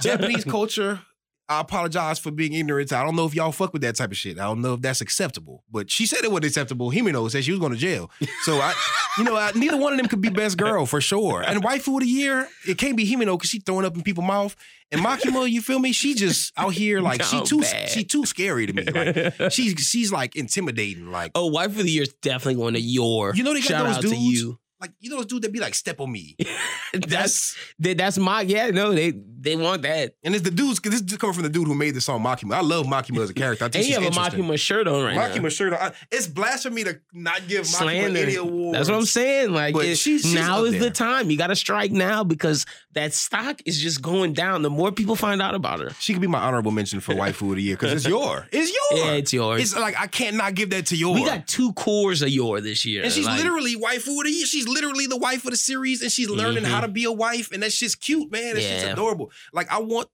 C: Japanese culture. I apologize for being ignorant. I don't know if y'all fuck with that type of shit. I don't know if that's acceptable. But she said it wasn't acceptable. Himeno said she was going to jail. So I, you know, I, neither one of them could be best girl for sure. And waifu of the year, it can't be Himeno because she throwing up in people's mouth. And Makima, you feel me? She just out here like
B: [laughs]
C: she
B: Oh,
C: too
B: bad.
C: she too scary to me. Like
B: [laughs]
C: she's she's like intimidating. Like
B: [laughs] oh, wife of the year's definitely going to your.
C: You know they got
B: shout
C: those
B: out to
C: dudes-
B: you.
C: like you know those dude that be like step on me.
B: [laughs] That's that, that's my yeah. No, they they want that.
C: And it's the dudes. 'cause This is coming from the dude who made the song Makima. I love Makima as a character. I think
B: And
C: she's
B: you have a
C: interesting.
B: Makima shirt on right now.
C: Makima shirt. on. I- It's blasphemy to not give Makima
B: slander.
C: any awards.
B: That's what I'm saying. Like
C: But
B: it-
C: she's- she's
B: now
C: up
B: is
C: there.
B: the time. You got to strike now because that stock is just going down. The more people find out about her,
C: She could be my honorable mention [laughs] for waifu of the year because it's your. It's your.
B: yeah, it's yours.
C: It's like I can't not give that to your.
B: we got two cores of your this year,
C: and she's
B: Like,
C: literally waifu of the year. She's literally the wife of the series, and she's learning
B: Mhm.
C: how to be a wife, and that's just cute, man. That's just
B: Yeah.
C: adorable. Like I want.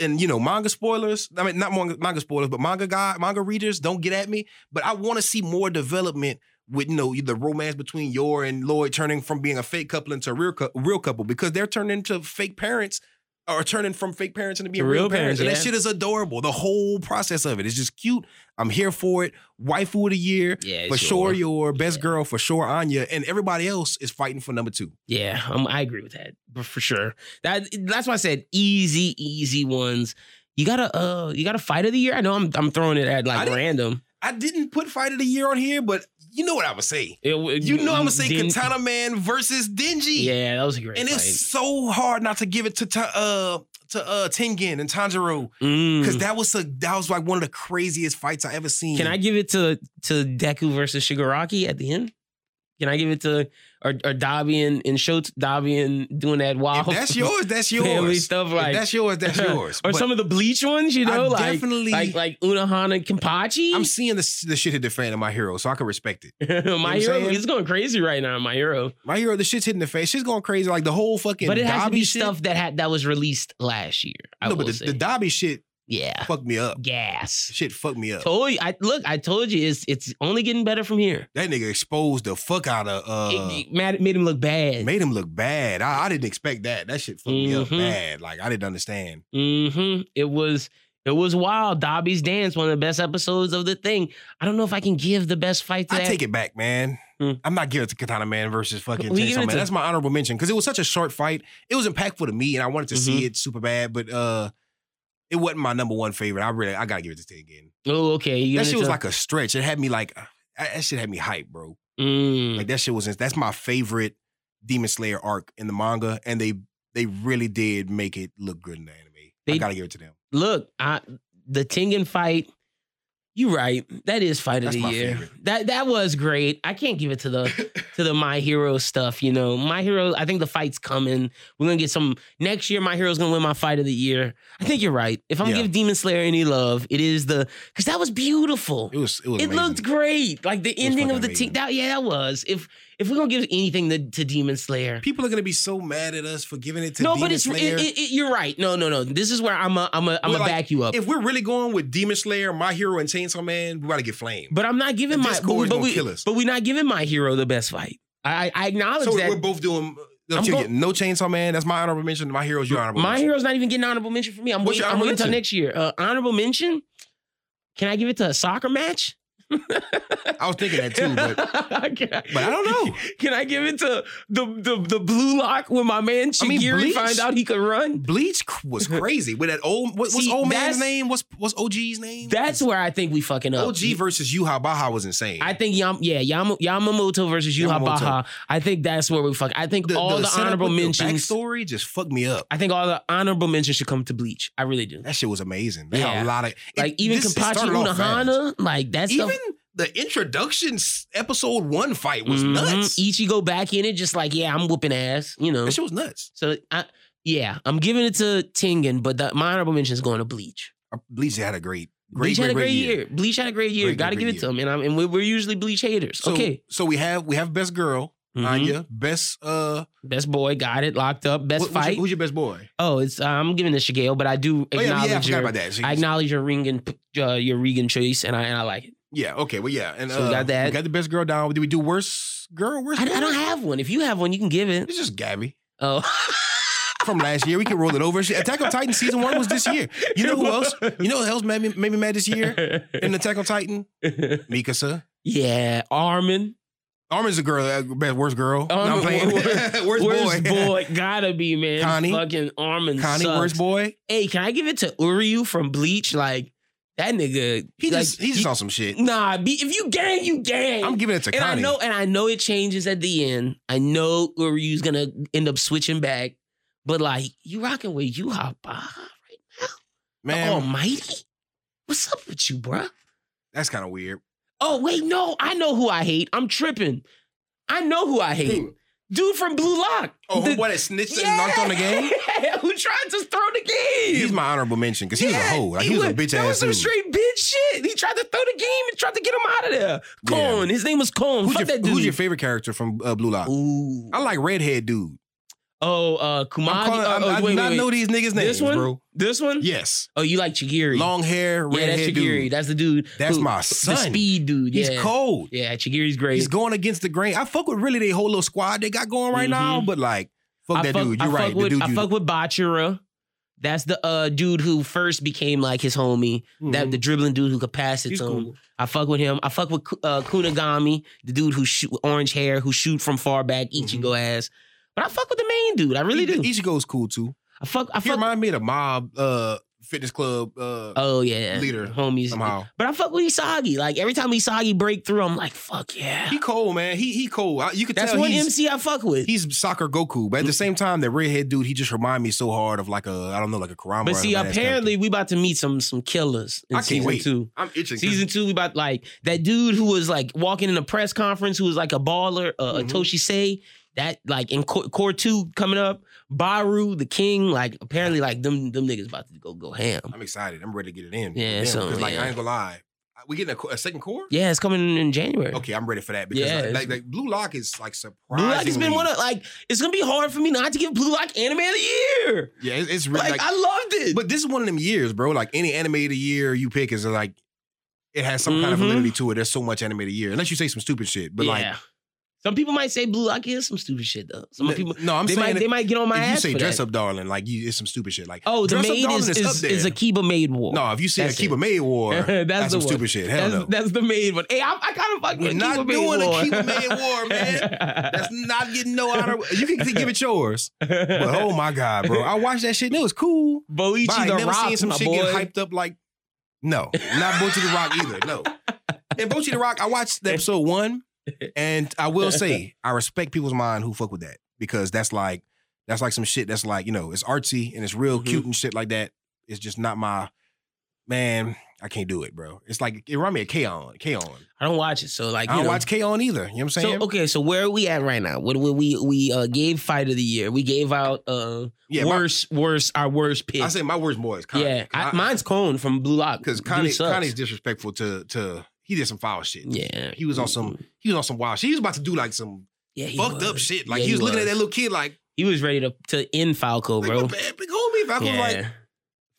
C: And you know, manga spoilers. I mean, not manga, manga spoilers, but manga guy, manga readers, don't get at me. But I want to see more development with you know the romance between Yor and Lloyd turning from being a fake couple into a real cou- real couple because they're turning into fake parents or turning from fake parents into being
B: To
C: real,
B: real
C: parents.
B: parents,
C: And that
B: yeah.
C: shit is adorable. The whole process of it is just cute. I'm here for it. Waifu of the year
B: yeah, it's
C: for sure
B: your-
C: your best
B: Yeah.
C: girl for sure Anya and everybody else is fighting for number two.
B: Yeah, um, I agree with that but for sure. That that's why I said easy, easy ones. You gotta uh, you gotta fight of the year. I know I'm I'm throwing it at
C: I
B: like
C: didn't-
B: random.
C: I didn't put fight of the year on here, but you know what I would say.
B: It w-
C: You know I'm gonna say
B: didn't-
C: Katana Man versus Denji.
B: Yeah, that was a great.
C: and
B: fight.
C: it's so hard not to give it to Ta- uh to uh Tengen and Tanjiro because
B: Mm.
C: that was a that was like one of the craziest fights I ever seen.
B: Can I give it to to Deku versus Shigaraki at the end? Can I give it to or or Dobby and, and Shota Dobby and doing that
C: If
B: wild [laughs]
C: that's yours. That's
B: family
C: yours.
B: stuff
C: If
B: like
C: that's
B: [laughs]
C: yours. That's yours.
B: or
C: But
B: some of the bleach ones, you
C: I
B: know, like
C: definitely.
B: like like Unohana Kimpachi.
C: I'm seeing the the shit hit the fan of my hero, so I can respect it.
B: [laughs] my
C: I'm
B: hero
C: saying?
B: is going crazy right now, my hero.
C: My hero, the shit's hitting the face. She's going crazy. Like the whole fucking.
B: But it has to
C: Dobby
B: be
C: shit.
B: stuff that had that was released last year. I
C: no,
B: will
C: but the,
B: say.
C: the Dobby shit
B: yeah.
C: fucked me up.
B: Gas.
C: Shit fucked me up.
B: Told you I look, I told you it's it's only getting better from here.
C: That nigga exposed the fuck out of uh
B: it, mad- made him look bad.
C: made him look bad. I, I didn't expect that. That shit fucked me up
B: Mhm.
C: bad. Like I didn't understand.
B: hmm It was it was wild. Dobby's dance, one of the best episodes of the thing. I don't know if I can give the best fight to
C: I
B: that.
C: take it back, man.
B: Hmm.
C: I'm not giving it to Katana Man versus fucking
B: We give
C: Chainsaw
B: it
C: Man.
B: to-
C: That's my honorable
B: Mm-hmm.
C: mention because it was such a short fight. It was impactful to me, and I wanted to see it super bad. But uh, It wasn't my number one favorite. I really, I gotta give it to Ten Again.
B: Oh, okay. You
C: That
B: gonna
C: shit was
B: tell-
C: like a stretch. It had me like, uh, that shit had me hype, bro.
B: Mm.
C: Like that shit was. That's my favorite Demon Slayer arc in the manga, and they they really did make it look good in the anime. I
B: They-
C: gotta give it to them.
B: look, I the Tingen fight. You right. That is fight of
C: That's
B: the
C: my
B: year.
C: favorite.
B: That that was great. I can't give it to the
C: [laughs]
B: to the My Hero stuff. You know, My Hero. I think the fight's coming. We're gonna get some next year. My Hero's gonna win my fight of the year. I think you're right. If I'm
C: Yeah.
B: gonna give Demon Slayer any love, it is the because that was beautiful.
C: It was. It was.
B: It
C: amazing.
B: looked great. Like the
C: was
B: ending
C: fucking
B: of the team.
C: amazing.
B: That yeah, that was. If if we're gonna give anything to, to Demon Slayer,
C: People are gonna be so mad at us for giving it to.
B: no,
C: Demon
B: but it's it,
C: Slayer.
B: it, it- you're right. No, no, no. This is where I'm a I'm a I'm gonna
C: We're like,
B: back you up.
C: if we're really going with Demon Slayer, My Hero, and Chainsaw Man, we about to get flamed.
B: But I'm not giving
C: The
B: my
C: Discord
B: but,
C: is
B: but
C: gonna
B: we
C: kill us.
B: but we not giving my hero the best fight. I I acknowledge
C: So we're
B: that.
C: both doing. No,
B: I'm
C: you
B: go-
C: get no Chainsaw Man. That's my honorable mention. My Hero's your honorable.
B: My
C: mention.
B: hero's not even getting honorable mention for me. I'm
C: What's
B: waiting.
C: your
B: I'm
C: honorable
B: waiting until
C: mention?
B: next year. Uh, honorable mention. Can I give it to a soccer match?
C: I was thinking that [laughs] too,
B: [laughs]
C: but
B: Can I,
C: but I don't know.
B: [laughs] Can I give it to the the, the blue lock when my man
C: I mean,
B: Chigiri
C: Bleach-
B: find out he could run?
C: Bleach cr-
B: [laughs]
C: was crazy with that old. What, what's
B: See,
C: old
B: that's-
C: man's name? What's what's OG's name?
B: That's where I think we fucking up.
C: OG versus Yuha Baha was insane.
B: I think Yam, yeah, Yam, Yamamoto versus Yuha
C: Yamamoto.
B: Baha. I think that's where we fuck. I think all the,
C: setup
B: honorable
C: with the
B: mentions.
C: backstory just fucked me up.
B: I think all the honorable mentions should come to Bleach. I really do.
C: That shit was amazing. They
B: Yeah.
C: had a lot of it-
B: Like even
C: this- it
B: Kampachi
C: started off fast.
B: Unohana, like that stuff.
C: Even the introduction s- episode one fight was
B: Mhm.
C: nuts.
B: Ichigo back in it, just like yeah, I'm whooping ass, you know.
C: That shit was nuts.
B: So I, yeah, I'm giving it to Tingen, but the, my honorable mention is going to Bleach.
C: Uh, Bleach had a great, great,
B: Bleach had
C: great,
B: a great
C: great
B: year. Bleach had a great year.
C: Great,
B: Got to give
C: great
B: it to him, and I'm and we're, we're usually Bleach haters.
C: So,
B: okay,
C: So we have we have best girl
B: Mhm.
C: Anya, best uh,
B: best boy got it locked up. Best
C: wh- who's your-
B: fight.
C: Who's your, best boy?
B: oh, it's I'm giving this to Shigeo, but I do
C: Oh yeah,
B: acknowledge
C: yeah, I forgot
B: your
C: about that. So
B: I
C: you-
B: acknowledge your Regan uh, your Regan choice, and I and I like it.
C: yeah, okay, well yeah, and
B: So we
C: uh,
B: got that.
C: We got the best girl down. Did we do worst girl? Worst?
B: I, I don't
C: boy?
B: have one. If you have one, you can give it.
C: It's just Gabby
B: Oh. [laughs]
C: from last year. We can roll it over. She- Attack on Titan season one was this year. You know who [laughs] else? You know who else made me, made me mad this year in Attack on Titan? Mikasa.
B: yeah, Armin.
C: Armin's a girl, uh, best worst girl. No,
B: Armin,
C: I'm playing.
B: wor-
C: [laughs] worst,
B: Worst
C: boy.
B: boy. Gotta be, man.
C: Connie.
B: Fucking Armin.
C: Connie,
B: sucks.
C: worst boy.
B: Hey, can I give it to Uryu from Bleach? Like, that nigga.
C: He
B: like,
C: just he's just
B: you-
C: on some shit.
B: Nah, be, if you gang, you gang.
C: I'm giving it to
B: and
C: Connie.
B: I know, and I know it changes at the end. I know Uryu's gonna end up switching back, but like you rocking with you Baha right?
C: Man,
B: Oh. Almighty, what's up with you, bruh?
C: that's kind of weird.
B: Oh wait, no, I know who I hate. I'm tripping. I know who I hate. Dude from Blue Lock.
C: Oh,
B: The-
C: who what? That snitched and knocked on the game.
B: [laughs] who tried to throw the game?
C: He's my honorable mention because he was a
B: Yeah,
C: hoe. Like he, was, a bitch
B: That was
C: ass
B: some
C: dude.
B: straight bitch shit. He tried to throw the game and tried to get him out of there.
C: Yeah.
B: Cone. His name was Cone.
C: Who's
B: Fuck
C: your,
B: that dude.
C: who's your favorite character from uh, Blue Lock?
B: Ooh.
C: I like redhead dude.
B: Oh, uh,
C: I'm
B: Kumagi.
C: calling,
B: oh,
C: I'm,
B: oh,
C: I do
B: wait,
C: not
B: wait,
C: know
B: wait.
C: these niggas' names,
B: This one?
C: bro.
B: This one?
C: Yes,
B: Oh, you like Chigiri.
C: long hair,
B: yeah,
C: redhead
B: that's Chigiri.
C: dude.
B: That's the dude.
C: That's
B: who-
C: my
B: The
C: son.
B: speed dude. Yeah.
C: He's cold.
B: Yeah, Chigiri's great.
C: He's going against the grain. I fuck with really they whole little squad they got going right now,
B: Mhm.
C: but like, fuck
B: I
C: that dude.
B: I
C: You're right.
B: Fuck
C: The
B: with,
C: dude
B: I
C: you-
B: fuck with Bachira. That's the uh, dude who first became like his homie. That
C: Mhm.
B: the dribbling dude who could pass it
C: He's
B: to him.
C: cool.
B: I fuck with him. I fuck with Ku- uh, Kunigami, the dude who shoot with orange hair, who shoot from far back,
C: Mm-hmm.
B: Ichigo ass. But I fuck with the main dude. I really do.
C: Ichigo's cool too.
B: I fuck. I
C: He
B: fuck.
C: remind me of the mob uh, fitness club uh,
B: oh yeah,
C: leader
B: homies.
C: somehow.
B: But I fuck with Isagi. Like every time Isagi break through, I'm like, fuck yeah.
C: He cold, man. He he cold. I- you could
B: That's
C: tell
B: one Mm-hmm.
C: he's,
B: MC I fuck with.
C: he's soccer Goku, but at the same time, that redhead dude, he just remind me so hard of like a I don't know, like a Karama.
B: but
C: or a
B: see,
C: badass
B: apparently
C: character.
B: we about to meet some some killers in
C: I can't
B: season
C: wait.
B: two.
C: I'm itching. 'cause
B: Season two, we about like that dude who was like walking in a press conference, who was like a baller, uh,
C: Mhm.
B: Toshi Say. That like in core, core two coming up, Baru the King. Like apparently, like them them niggas about to go go ham.
C: I'm excited. I'm ready to get it in.
B: Yeah,
C: Damn,
B: so,
C: like
B: yeah.
C: I ain't gonna lie, we getting a, co- a second core.
B: Yeah, it's coming in January.
C: Okay, I'm ready for that because
B: Yeah,
C: like,
B: it's-
C: like, like, Blue Lock is like surprisingly.
B: Blue Lock has been one of like it's gonna be hard for me not to give Blue Lock Anime of the Year.
C: yeah, it's, it's really
B: Like,
C: like,
B: I loved it.
C: but this is one of them years, bro. Like any anime of the year you pick is like it has some kind of
B: Mhm.
C: validity to it. There's so much anime of the year, unless you say some stupid shit. But like
B: yeah. Some people might say blue. I get some stupid shit though. Some
C: No,
B: people
C: no, I'm
B: they
C: saying
B: might
C: if-
B: they might get on my
C: if you
B: ass.
C: say
B: for
C: dress
B: that.
C: up, darling, like you, it's some stupid shit. Like
B: Oh, the
C: dress up,
B: maid
C: darling,
B: is,
C: is up
B: is,
C: there.
B: is Akiba maid war. [laughs]
C: no, if you see
B: That's
C: Akiba
B: it.
C: May
B: [laughs]
C: War,
B: that's,
C: that's,
B: the
C: some
B: one.
C: stupid shit. Hell
B: that's,
C: no.
B: that's the maid one. Hey, I, I kind of fuck
C: We're
B: with
C: not
B: Akiba
C: doing
B: maid war. [laughs]
C: Akiba maid war, man. That's not getting no honor. You can give it yours. But oh my God, bro. I watched that shit and it was cool.
B: Boichi
C: But I
B: the
C: ain't never
B: Rock,
C: seen some
B: my
C: shit
B: boy.
C: get hyped up like no, not Bochi the Rock either. [laughs] No, and Bochi the Rock, I watched episode one, and I will say I respect people's mind who fuck with that because that's like that's like some shit that's like you know it's artsy and it's real
B: Mhm.
C: cute and shit like that. It's just not my man. I can't do it, bro. It's like it remind me of K-On! K-On!
B: I don't watch it, so like
C: I
B: you
C: don't
B: know.
C: watch K-On! either. You know what I'm saying?
B: so okay, so where are we at right now? What we we we uh, gave fight of the year. We gave out uh
C: yeah, my-
B: worst worst our worst pick.
C: I say my worst boy is Kanye.
B: yeah, I,
C: 'Cause I-
B: mine's Cone from Blue Lock
C: because
B: Dude
C: Kanye,
B: sucks.
C: Kanye's disrespectful to to he did some foul shit.
B: yeah,
C: He was on some he was on some wild shit. He was about to do like some
B: yeah, Mm-hmm. he
C: fucked up
B: was.
C: shit. Like
B: Yeah,
C: he, was, looking at that little kid like,
B: He was ready to to end Falco,
C: like
B: bro.
C: what bad big homie. Falco's
B: yeah.
C: like,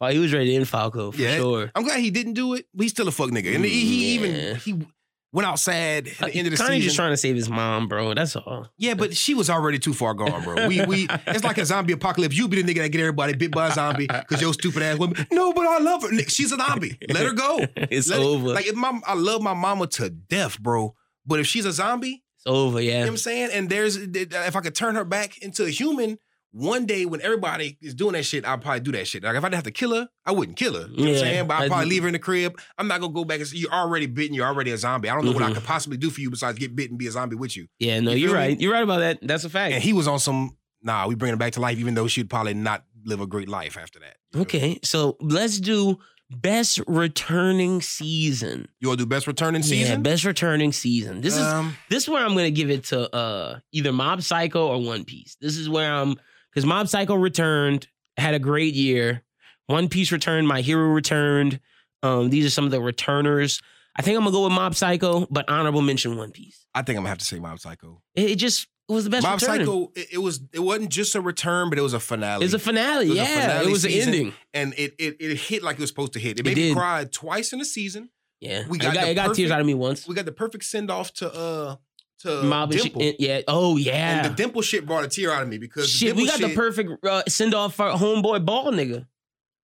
B: Oh, he was ready to end Falco for
C: Yeah.
B: sure.
C: I'm glad he didn't do it, but he's still a fuck nigga. And he, he
B: Yeah.
C: even he went outside at the end of the
B: Kanye
C: season.
B: just trying to save his mom, bro. That's all.
C: yeah, but she was already too far gone, bro. We
B: [laughs]
C: we it's like a zombie apocalypse. You be the nigga that get everybody bit by a zombie because your stupid ass woman. No, but I love her. Nick, she's a zombie. Let her go.
B: [laughs] it's
C: Oh, Let it-
B: over.
C: Like if my I love my mama to death, bro. But if she's a zombie,
B: it's over. Yeah.
C: You know what I'm saying? And there's if I could turn her back into a human, one day when everybody is doing that shit, I'll probably do that shit. Like if I didn't have to kill her, I wouldn't kill her. You know what I'm
B: Yeah,
C: saying? But I'll
B: I-
C: probably leave her in the crib. I'm not gonna go back and say, you're already bitten, you're already a zombie. I don't know what I
B: Mhm.
C: could possibly do for you besides get bitten and be a zombie with you.
B: Yeah. No,
C: You
B: you are
C: feel me?
B: right. You're right about that. That's a fact.
C: And he was on some, nah, we bring her back to life, even though she'd probably not live a great life after that. You know?
B: okay. So let's do best returning season.
C: You wanna do best returning
B: Yeah,
C: season?
B: best returning season. This is
C: Um,
B: this is where I'm gonna give it to uh either Mob Psycho or One Piece. This is where I'm because Mob Psycho returned, had a great year. One Piece returned, My Hero returned. Um, these are some of the returners. I think I'm gonna go with Mob Psycho, but honorable mention One Piece.
C: I think I'm gonna have to say Mob Psycho.
B: It, it just it was the best.
C: Mob
B: return.
C: Psycho, it, it was it wasn't just a return, but it was a finale.
B: It's a finale.
C: It was a
B: yeah,
C: finale
B: it was an
C: season.
B: ending.
C: and it, it it hit like it was supposed to hit. It
B: It
C: made me
B: did.
C: cry twice in the season.
B: Yeah,
C: We
B: we got, it got,
C: got the
B: it got
C: perfect-
B: tears out of me once.
C: We got the perfect send off to uh to
B: Mob and she-
C: Dimple,
B: and- yeah. Oh
C: and the
B: yeah.
C: Dimple shit brought a tear out of me because the
B: Shit,
C: Dimple
B: we got the
C: shit-
B: perfect uh, send off for homeboy ball nigga,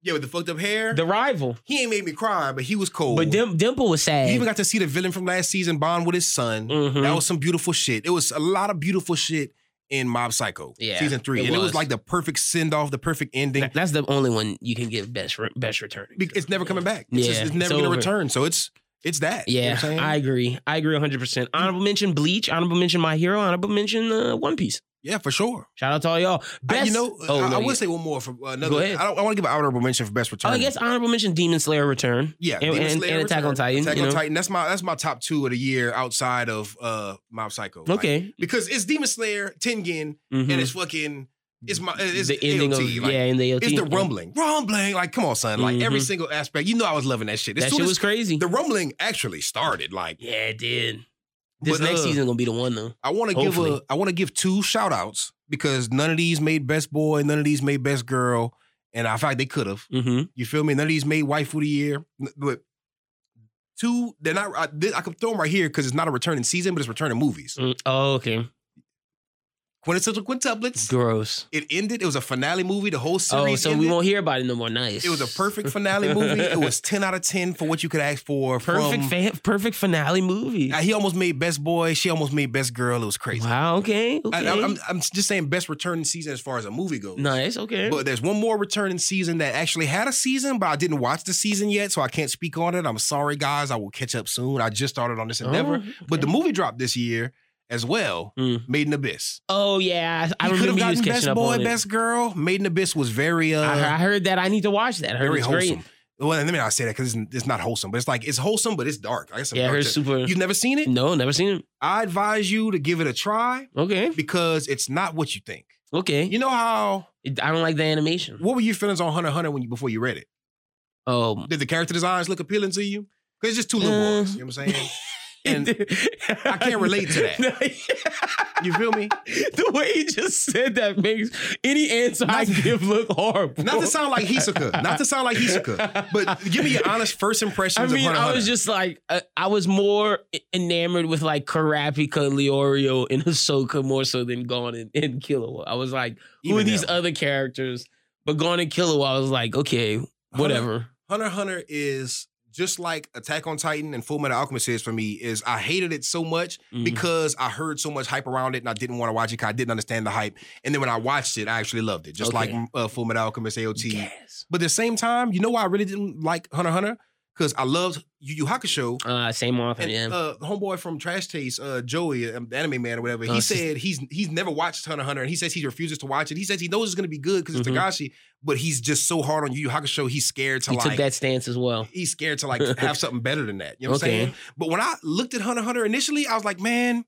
C: yeah with the fucked up hair.
B: the rival.
C: he ain't made me cry, but he was cold.
B: But Dim- Dimple was sad.
C: he even got to see the villain from last season bond with his son.
B: Mhm.
C: That was some beautiful shit. It was a lot of beautiful shit in Mob Psycho
B: Yeah,
C: season three,
B: it
C: and it was
B: was.
C: like the perfect send off, the perfect ending.
B: That- That's the only one you can give best re- best returning.
C: Be- It's never coming back. It's,
B: Yeah,
C: just, it's
B: it's
C: never gonna
B: over.
C: return. So it's it's that. You know
B: Yeah,
C: what I'm saying?
B: I agree. I agree 100%. Honorable mention Bleach, honorable mention My Hero, honorable mention uh, One Piece.
C: yeah, for sure.
B: Shout out to all y'all. Best
C: I, you know,
B: oh,
C: I,
B: no,
C: I will
B: yeah.
C: say one more for another.
B: Go ahead.
C: I, don't- I want to give an honorable mention for best
B: Oh,
C: return.
B: I guess honorable mention Demon Slayer Return.
C: Yeah,
B: And-
C: Demon
B: and-
C: Slayer
B: and Attack
C: Return,
B: on Titan,
C: Attack
B: you
C: on
B: know?
C: Titan. That's my that's my top two of the year outside of uh Mob Psycho. Like,
B: Okay.
C: because it's Demon Slayer, Tengen,
B: Mhm.
C: and it's fucking it's my it's
B: the ending
C: AOT,
B: of
C: like,
B: yeah, in the AOT.
C: It's the rumbling, rumbling. Like, come on, son. Like every
B: Mhm.
C: single aspect. You know, I was loving that shit. As
B: That
C: soon
B: shit
C: as
B: was crazy.
C: the rumbling actually started. Like,
B: yeah, it did. This
C: But,
B: next
C: uh,
B: season gonna be the one though.
C: I want to give a
B: Hopefully.
C: I want to give two shout outs because none of these made best boy, none of these made best girl, and I feel like they could have.
B: Mm-hmm.
C: You feel me? None of these made wife of the year, N- but two. They're not. I, thi- I could throw them right here because it's not a returning season, but it's returning movies.
B: Oh, okay.
C: Quintessential quintuplets.
B: Gross.
C: It ended. It was a finale movie. The whole series.
B: Oh, so
C: ended.
B: we won't hear about it no more. Nice. [laughs]
C: It was a perfect finale movie. It was ten out of ten for what you could ask for.
B: perfect
C: From,
B: fa- perfect finale movie.
C: Uh, he almost made best boy. She almost made best girl. It was crazy.
B: Wow. Okay.
C: I,
B: okay.
C: am just saying best returning season as far as a movie goes.
B: nice. Okay.
C: But there's one more returning season that actually had a season, but I didn't watch the season yet, so I can't speak on it. I'm sorry, guys. I will catch up soon. I just started on this endeavor.
B: Oh,
C: But the
B: okay.
C: movie dropped this year as well,
B: Mm.
C: Made in Abyss.
B: oh yeah, I, I
C: You could have
B: remember you was
C: gotten
B: catching
C: Best
B: up
C: Boy,
B: on it.
C: Best Girl. Made in Abyss was very, uh,
B: I, heard, I heard that. I need to watch that. I heard
C: very
B: it's
C: wholesome.
B: great.
C: Well, let me not say that because it's, it's not wholesome, but it's like it's wholesome, but it's dark. I guess some
B: Yeah, I
C: dark
B: heard
C: shit.
B: super.
C: You've never seen it?
B: no, never seen it.
C: I advise you to give it a try
B: Okay,
C: because it's not what you think.
B: okay.
C: You know how?
B: It- I don't like the animation.
C: What were your feelings on Hunter x Hunter when you before you read it?
B: Oh,
C: Did the character designs look appealing to you? Because it's just two little
B: Uh,
C: boys. You know what I'm saying? And I can't relate
B: [laughs]
C: to that. You feel me?
B: the way he just said that makes any answer I
C: Not to-
B: give look horrible.
C: Not to sound like Hisoka. Not to sound like Hisoka.
B: [laughs]
C: But give me your honest first
B: I
C: impressions
B: mean,
C: of Hunter.
B: I was
C: Hunter.
B: just like, uh, I was more e, enamored with like Karapika, Leorio, and Ahsoka more so than Gon and, and Killua. I was like, who are
C: Even
B: these
C: them.
B: other characters? But Gon and Killua, I was like, okay, whatever.
C: Hunter x Hunter is just like Attack on Titan and Full Metal Alchemist is for me. Is I hated it so much
B: Mhm.
C: because I heard so much hype around it and I didn't want to watch it because I didn't understand the hype. And then when I watched it, I actually loved it, just
B: Okay.
C: like uh, Full Metal Alchemist AOT.
B: Yes.
C: But at the same time, you know why I really didn't like Hunter x Hunter? Because I loved Yu Yu Hakusho.
B: Uh, same author,
C: And
B: yeah.
C: uh, homeboy from Trash Taste, uh, Joey, um, the anime man or whatever,
B: Oh,
C: he
B: it's just-
C: said he's he's never watched Hunter x Hunter, and he says he refuses to watch it. He says he knows it's gonna be good because it's
B: Mhm.
C: Tagashi, but he's just so hard on Yu Yu Hakusho, he's scared to
B: he
C: like
B: took that stance as well.
C: [laughs] he's scared
B: [laughs]
C: to like have something better than that. You know what
B: Okay.
C: I'm saying? But when I looked at Hunter x Hunter initially, I was like, man,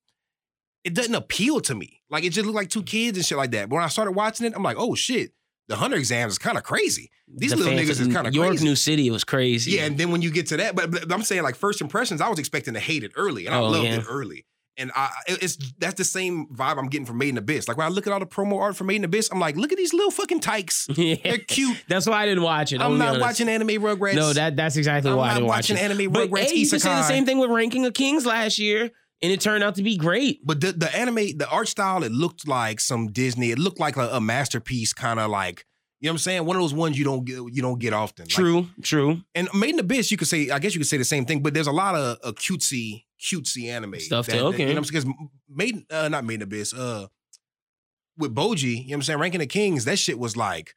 C: it doesn't appeal to me. Like it just looked like
B: Mm.
C: two kids and shit like that. But when I started watching it, I'm like, oh shit, the Hunter exams is kind of crazy. These
B: The
C: little
B: fans
C: niggas
B: in
C: is kind of
B: York,
C: crazy.
B: New City was crazy.
C: Yeah, and then when you get to that, but, but I'm saying like first impressions, I was expecting to hate it early, and I
B: Oh,
C: loved
B: yeah.
C: it early. And I, it- it's that's the same vibe I'm getting from Made in Abyss. Like when I look at all the promo art for Made in Abyss, I'm like, look at these little fucking tykes. They're
B: [laughs] [laughs] yeah.
C: cute.
B: That's why I didn't watch it.
C: I'm
B: I'll be
C: not
B: honest.
C: watching anime Rugrats.
B: No, that that's exactly
C: I'm
B: why I
C: not
B: didn't watch
C: watching
B: it.
C: anime
B: But
C: Rugrats.
B: hey, you could say the
C: Isekai.
B: same thing with Ranking of Kings last year, and it turned out to be great.
C: But the, the anime, the art style, it looked like some Disney. It looked like a, a masterpiece, kind of like you know what I'm saying. One of those ones you don't get, you don't get often. Like,
B: True, true
C: and Made in Abyss, you could say, I guess you could say the same thing. But there's a lot of uh, cutesy, cutesy anime
B: Stuff
C: That,
B: too,
C: that-
B: okay.
C: you know what I'm saying? Because Made, uh, not Made in Abyss, uh, with Boji, you know what I'm saying? Ranking the Kings, that shit was like.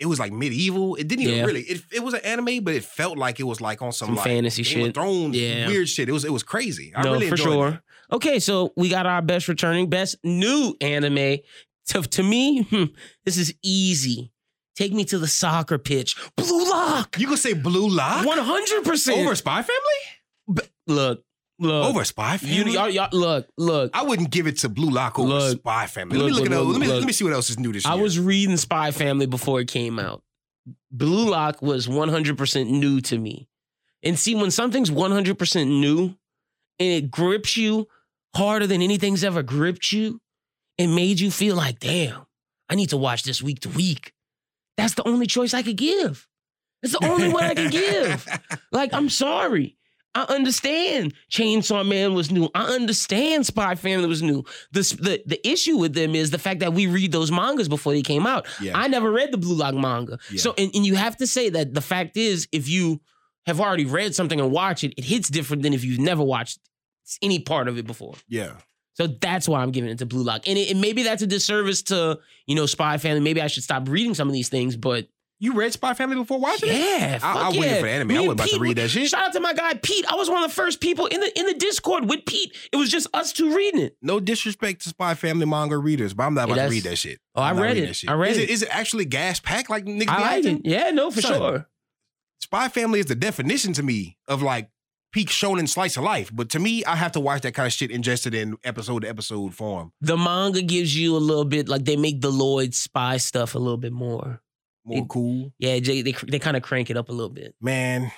C: It was like medieval. It didn't even
B: Yeah.
C: really. It, it was an anime, but it felt like it was like on some,
B: some
C: like
B: fantasy
C: Game of
B: shit.
C: Thrones
B: Yeah.
C: weird shit. It was it was crazy. I
B: no,
C: really
B: for
C: enjoyed
B: sure.
C: it.
B: Okay, so we got our best returning, best new anime. To, to me, hmm, this is easy. Take me to the soccer pitch. Blue Lock.
C: You could say Blue Lock
B: One hundred
C: over
B: percent.
C: Spy Family?
B: Look, look.
C: Over Spy
B: You,
C: Family?
B: y'all, y'all, look, look.
C: I wouldn't give it to Blue Lock over
B: Look,
C: Spy Family.
B: look,
C: let me look,
B: look,
C: it up.
B: look,
C: let me
B: look.
C: let me see what else is new this year.
B: I was reading Spy Family before it came out. Blue Lock was 100% new to me. And see, when something's 100% new and it grips you harder than anything's ever gripped you, it made you feel like, damn, I need to watch this week to week. That's the only choice I could give. It's the only one I
C: [laughs]
B: can give. Like, I'm sorry. I understand Chainsaw Man was new. I understand Spy Family was new. The, the, the issue with them is the fact that we read those mangas before they came out.
C: Yeah.
B: I never read the Blue Lock manga.
C: Yeah.
B: So, and, and you have to say that the fact is, if you have already read something and watch it, it hits different than if you've never watched any part of it before.
C: yeah.
B: So that's why I'm giving it to Blue Lock. And, it, and maybe that's a disservice to, you know, Spy Family. Maybe I should stop reading some of these things, but
C: You read Spy Family before watching it?
B: yeah.
C: I, I
B: fuck
C: waited
B: yeah.
C: for the anime.
B: Me
C: I
B: and
C: wasn't about to
B: Pete
C: read that shit.
B: Shout out to my guy Pete. I was one of the first people in the in the Discord with Pete. It was just us two reading it.
C: No disrespect to Spy Family manga readers, but I'm not
B: Yeah,
C: about to
B: that's-
C: read that shit.
B: Oh, I
C: I'm not
B: read
C: reading
B: it.
C: that shit.
B: I read
C: is
B: it.
C: Is it actually gas packed like niggas
B: I
C: be
B: like
C: acting?
B: it. Yeah, no, for
C: Son.
B: sure.
C: Spy Family is the definition to me of like peak shonen slice of life. But to me, I have to watch that kind of shit ingested in episode to episode form.
B: The manga gives you a little bit like they make the Lloyd spy stuff a little bit more.
C: More
B: It-
C: cool.
B: Yeah, they they, they kind of crank it up a little bit.
C: man.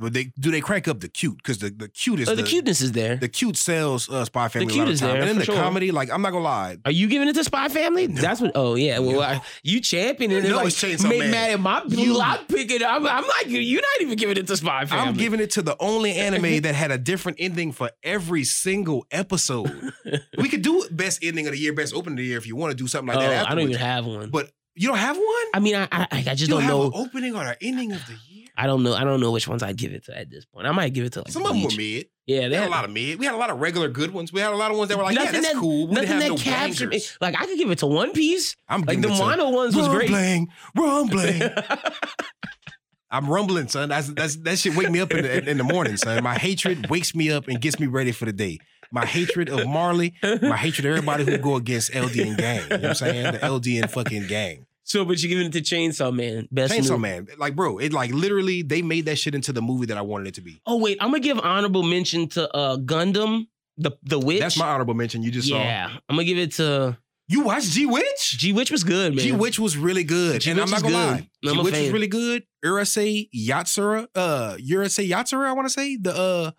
C: But they do they crank up the cute because the the cute is
B: But Oh, the, cuteness is there.
C: the cute sells uh, Spy Family
B: cute
C: a lot of
B: is
C: time.
B: there,
C: and then
B: for
C: the
B: sure.
C: comedy, like I'm not gonna lie,
B: Are you giving it to Spy Family?
C: No.
B: That's what. Oh yeah. Well,
C: No.
B: I, you championing it
C: No,
B: like
C: it's Chainsaw
B: make
C: Man.
B: mad at my
C: You-
B: you. I pick it. I'm, I'm like you. You're not even giving it to Spy Family.
C: I'm giving it to the only
B: [laughs]
C: anime that had a different ending for every single episode. we could do best ending of the year, best opening of the year if you want to do something like
B: oh,
C: that.
B: I don't
C: Afterwards.
B: even have one.
C: But you don't have one.
B: I mean, I I, I just
C: you
B: don't
C: have
B: know.
C: an opening or an ending of the year.
B: I don't know. I don't know which ones I'd give it to at this point. I might give it to like
C: Some of them were
B: Bleach.
C: mid.
B: Yeah,
C: We
B: they
C: had a lot of mid. We had a lot of regular good ones. We had a lot of ones that were like,
B: Nothing
C: yeah, that's
B: that-
C: cool. We didn't
B: nothing
C: have
B: that
C: no
B: captured me.
C: bangers.
B: Like I could give it to One Piece.
C: I'm
B: Like
C: giving
B: the
C: it to
B: Wano ones was great.
C: Rumbling,
B: [laughs]
C: rumbling. I'm rumbling, son. That's, that's that shit wake me up in the, in the morning, son. My hatred wakes me up and gets me ready for the day. My hatred of Marley, my hatred of everybody who go against LD and gang. You know what I'm saying? The LD and fucking gang.
B: so, but you're giving it to Chainsaw Man. Best
C: Chainsaw
B: new-
C: Man. Like, bro, it like literally they made that shit into the movie that I wanted it to be.
B: Oh wait, I'm gonna give honorable mention to uh Gundam, the the witch.
C: That's my honorable mention you just saw.
B: yeah, I'm gonna give it to
C: You watched G Witch?
B: G Witch was good, man.
C: G Witch was really good.
B: G
C: and I'm
B: Witch
C: not
B: is
C: gonna
B: good.
C: lie.
B: I'm
C: G
B: a
C: Witch was
B: fan.
C: really good. Urasei Yatsura, uh Urasei Yatsura, I wanna say. The uh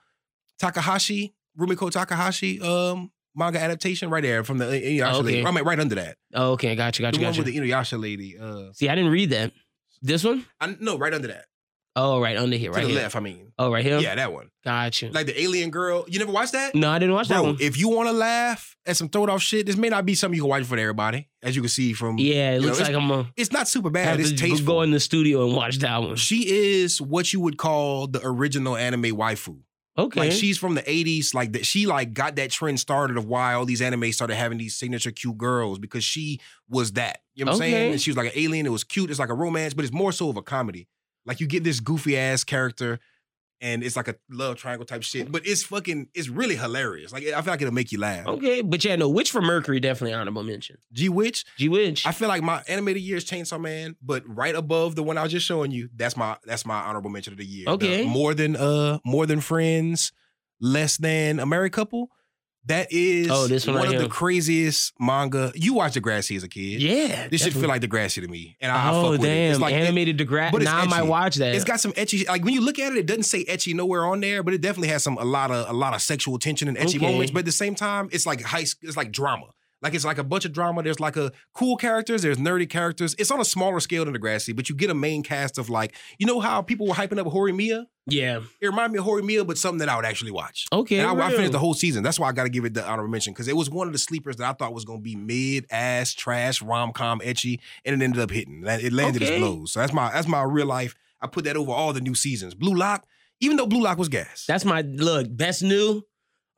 C: Takahashi, Rumiko Takahashi um manga adaptation right there from the uh, Inuyasha
B: Oh, okay.
C: lady. I mean, right under that.
B: Oh, okay, gotcha,
C: The
B: gotcha,
C: one
B: gotcha.
C: with the Inuyasha lady. Uh
B: See, I didn't read that. This one?
C: I no, right under that.
B: Oh, right under here,
C: To
B: right
C: the
B: here.
C: left, I mean.
B: Oh, right here.
C: Yeah, that one.
B: Gotcha.
C: Like the alien girl. You never watched that?
B: no, I didn't watch that
C: Bro,
B: one.
C: if you want to laugh at some throwed off shit, this may not be something you can watch for everybody, as you can see from.
B: yeah, it
C: know,
B: looks
C: it's-
B: like I'm gonna
C: It's not super bad.
B: have
C: It's
B: to go-
C: tasteful.
B: go in the studio and watch that one.
C: she is what you would call the original anime waifu.
B: Okay.
C: Like she's from the 80s. Like that she like got that trend started of why all these anime started having these signature cute girls because she was that. You know what I'm
B: Okay.
C: saying? And she was like an alien. It was cute. It's like a romance, but it's more so of a comedy. Like you get this goofy ass character and it's like a love triangle type shit. But it's fucking, it's really hilarious. Like I feel like it'll make you laugh.
B: okay, but yeah, no, Witch for Mercury definitely honorable mention.
C: G Witch,
B: G Witch.
C: I feel like my animated year is Chainsaw Man, but right above the one I was just showing you, that's my that's my honorable mention of the year. The
B: Okay.
C: more than uh more than friends, less than a married couple. That is
B: Oh, this one right
C: of
B: here.
C: the craziest manga. You watched Degrassi as a kid.
B: yeah.
C: This
B: definitely.
C: should feel like Degrassi to me. And I, I fuck
B: Oh
C: with it.
B: damn!
C: It's like it-
B: Animated Degrassi.
C: but it's
B: Now I might
C: edgy.
B: watch that.
C: it's got some etchy. Like when you look at it, it doesn't say etchy nowhere on there, but it definitely has some a lot of a lot of sexual tension and etchy
B: Okay.
C: moments. But at the same time, it's like high. sc- It's like drama. Like it's like a bunch of drama. There's like a cool characters. There's nerdy characters. It's on a smaller scale than Degrassi, but you get a main cast of like you know how people were hyping up Hori Mia.
B: yeah.
C: It reminded me of Hori Mia, but something that I would actually watch.
B: Okay.
C: And I, I
B: real.
C: finished the whole season. That's why I got to give it the honorable mention because it was one of the sleepers that I thought was going to be mid ass trash rom com etchy, and it ended up hitting. That- It landed
B: Okay.
C: its blows. So that's my that's my real life. I put that over all the new seasons. Blue Lock, even though Blue Lock was gas.
B: That's my look. Best new.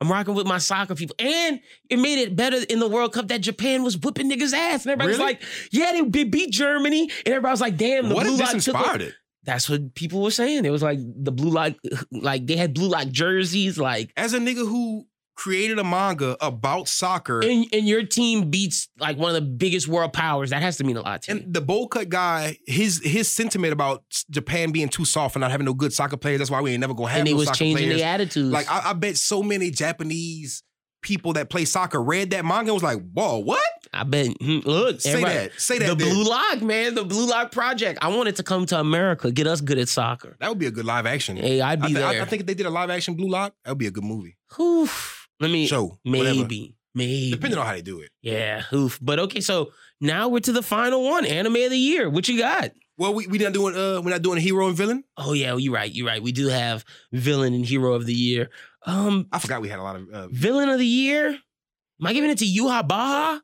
B: I'm rocking with my soccer people, and it made it better in the World Cup that Japan was whipping niggas' ass, and everybody was
C: Really?
B: like, "Yeah, they be- beat Germany," and everybody was like, "Damn, the
C: what
B: blue
C: if this
B: light took."
C: inspired
B: Over.
C: it?
B: That's what people were saying. It was like the blue light, like they had blue light jerseys, like.
C: As a nigga who created a manga about soccer, and,
B: And, and your team beats like one of the biggest world powers. That has to mean a lot to you.
C: the bowl cut guy, his his sentiment about s- Japan being too soft and not having no good soccer players. That's why we ain't never gonna have
B: And they
C: no
B: was
C: soccer
B: changing
C: players.
B: their attitudes.
C: Like I, I bet so many Japanese people that play soccer read that manga and was like, "Whoa, what?"
B: I bet. hmm, Look,
C: Say
B: everybody-
C: that. Say that.
B: The
C: then.
B: Blue Lock, man, the Blue Lock Project. I wanted to come to America, get us good at soccer.
C: That would be a good live action.
B: Hey, I'd
C: I,
B: be
C: thi- I-
B: there.
C: I think if they did a live action Blue Lock, that would be a good movie.
B: Oof. Let me.
C: Show.
B: maybe.
C: Whatever.
B: Maybe.
C: Depending on how they do it.
B: yeah. Oof. But okay, so now we're to the final one, anime of the year. What you got?
C: Well, we we not doing uh we're not doing hero and villain.
B: Oh yeah, you're right. You're right. We do have villain and hero of the year. Um,
C: I forgot we had a lot of uh,
B: villain of the year. Am I giving it to Yuha Baha?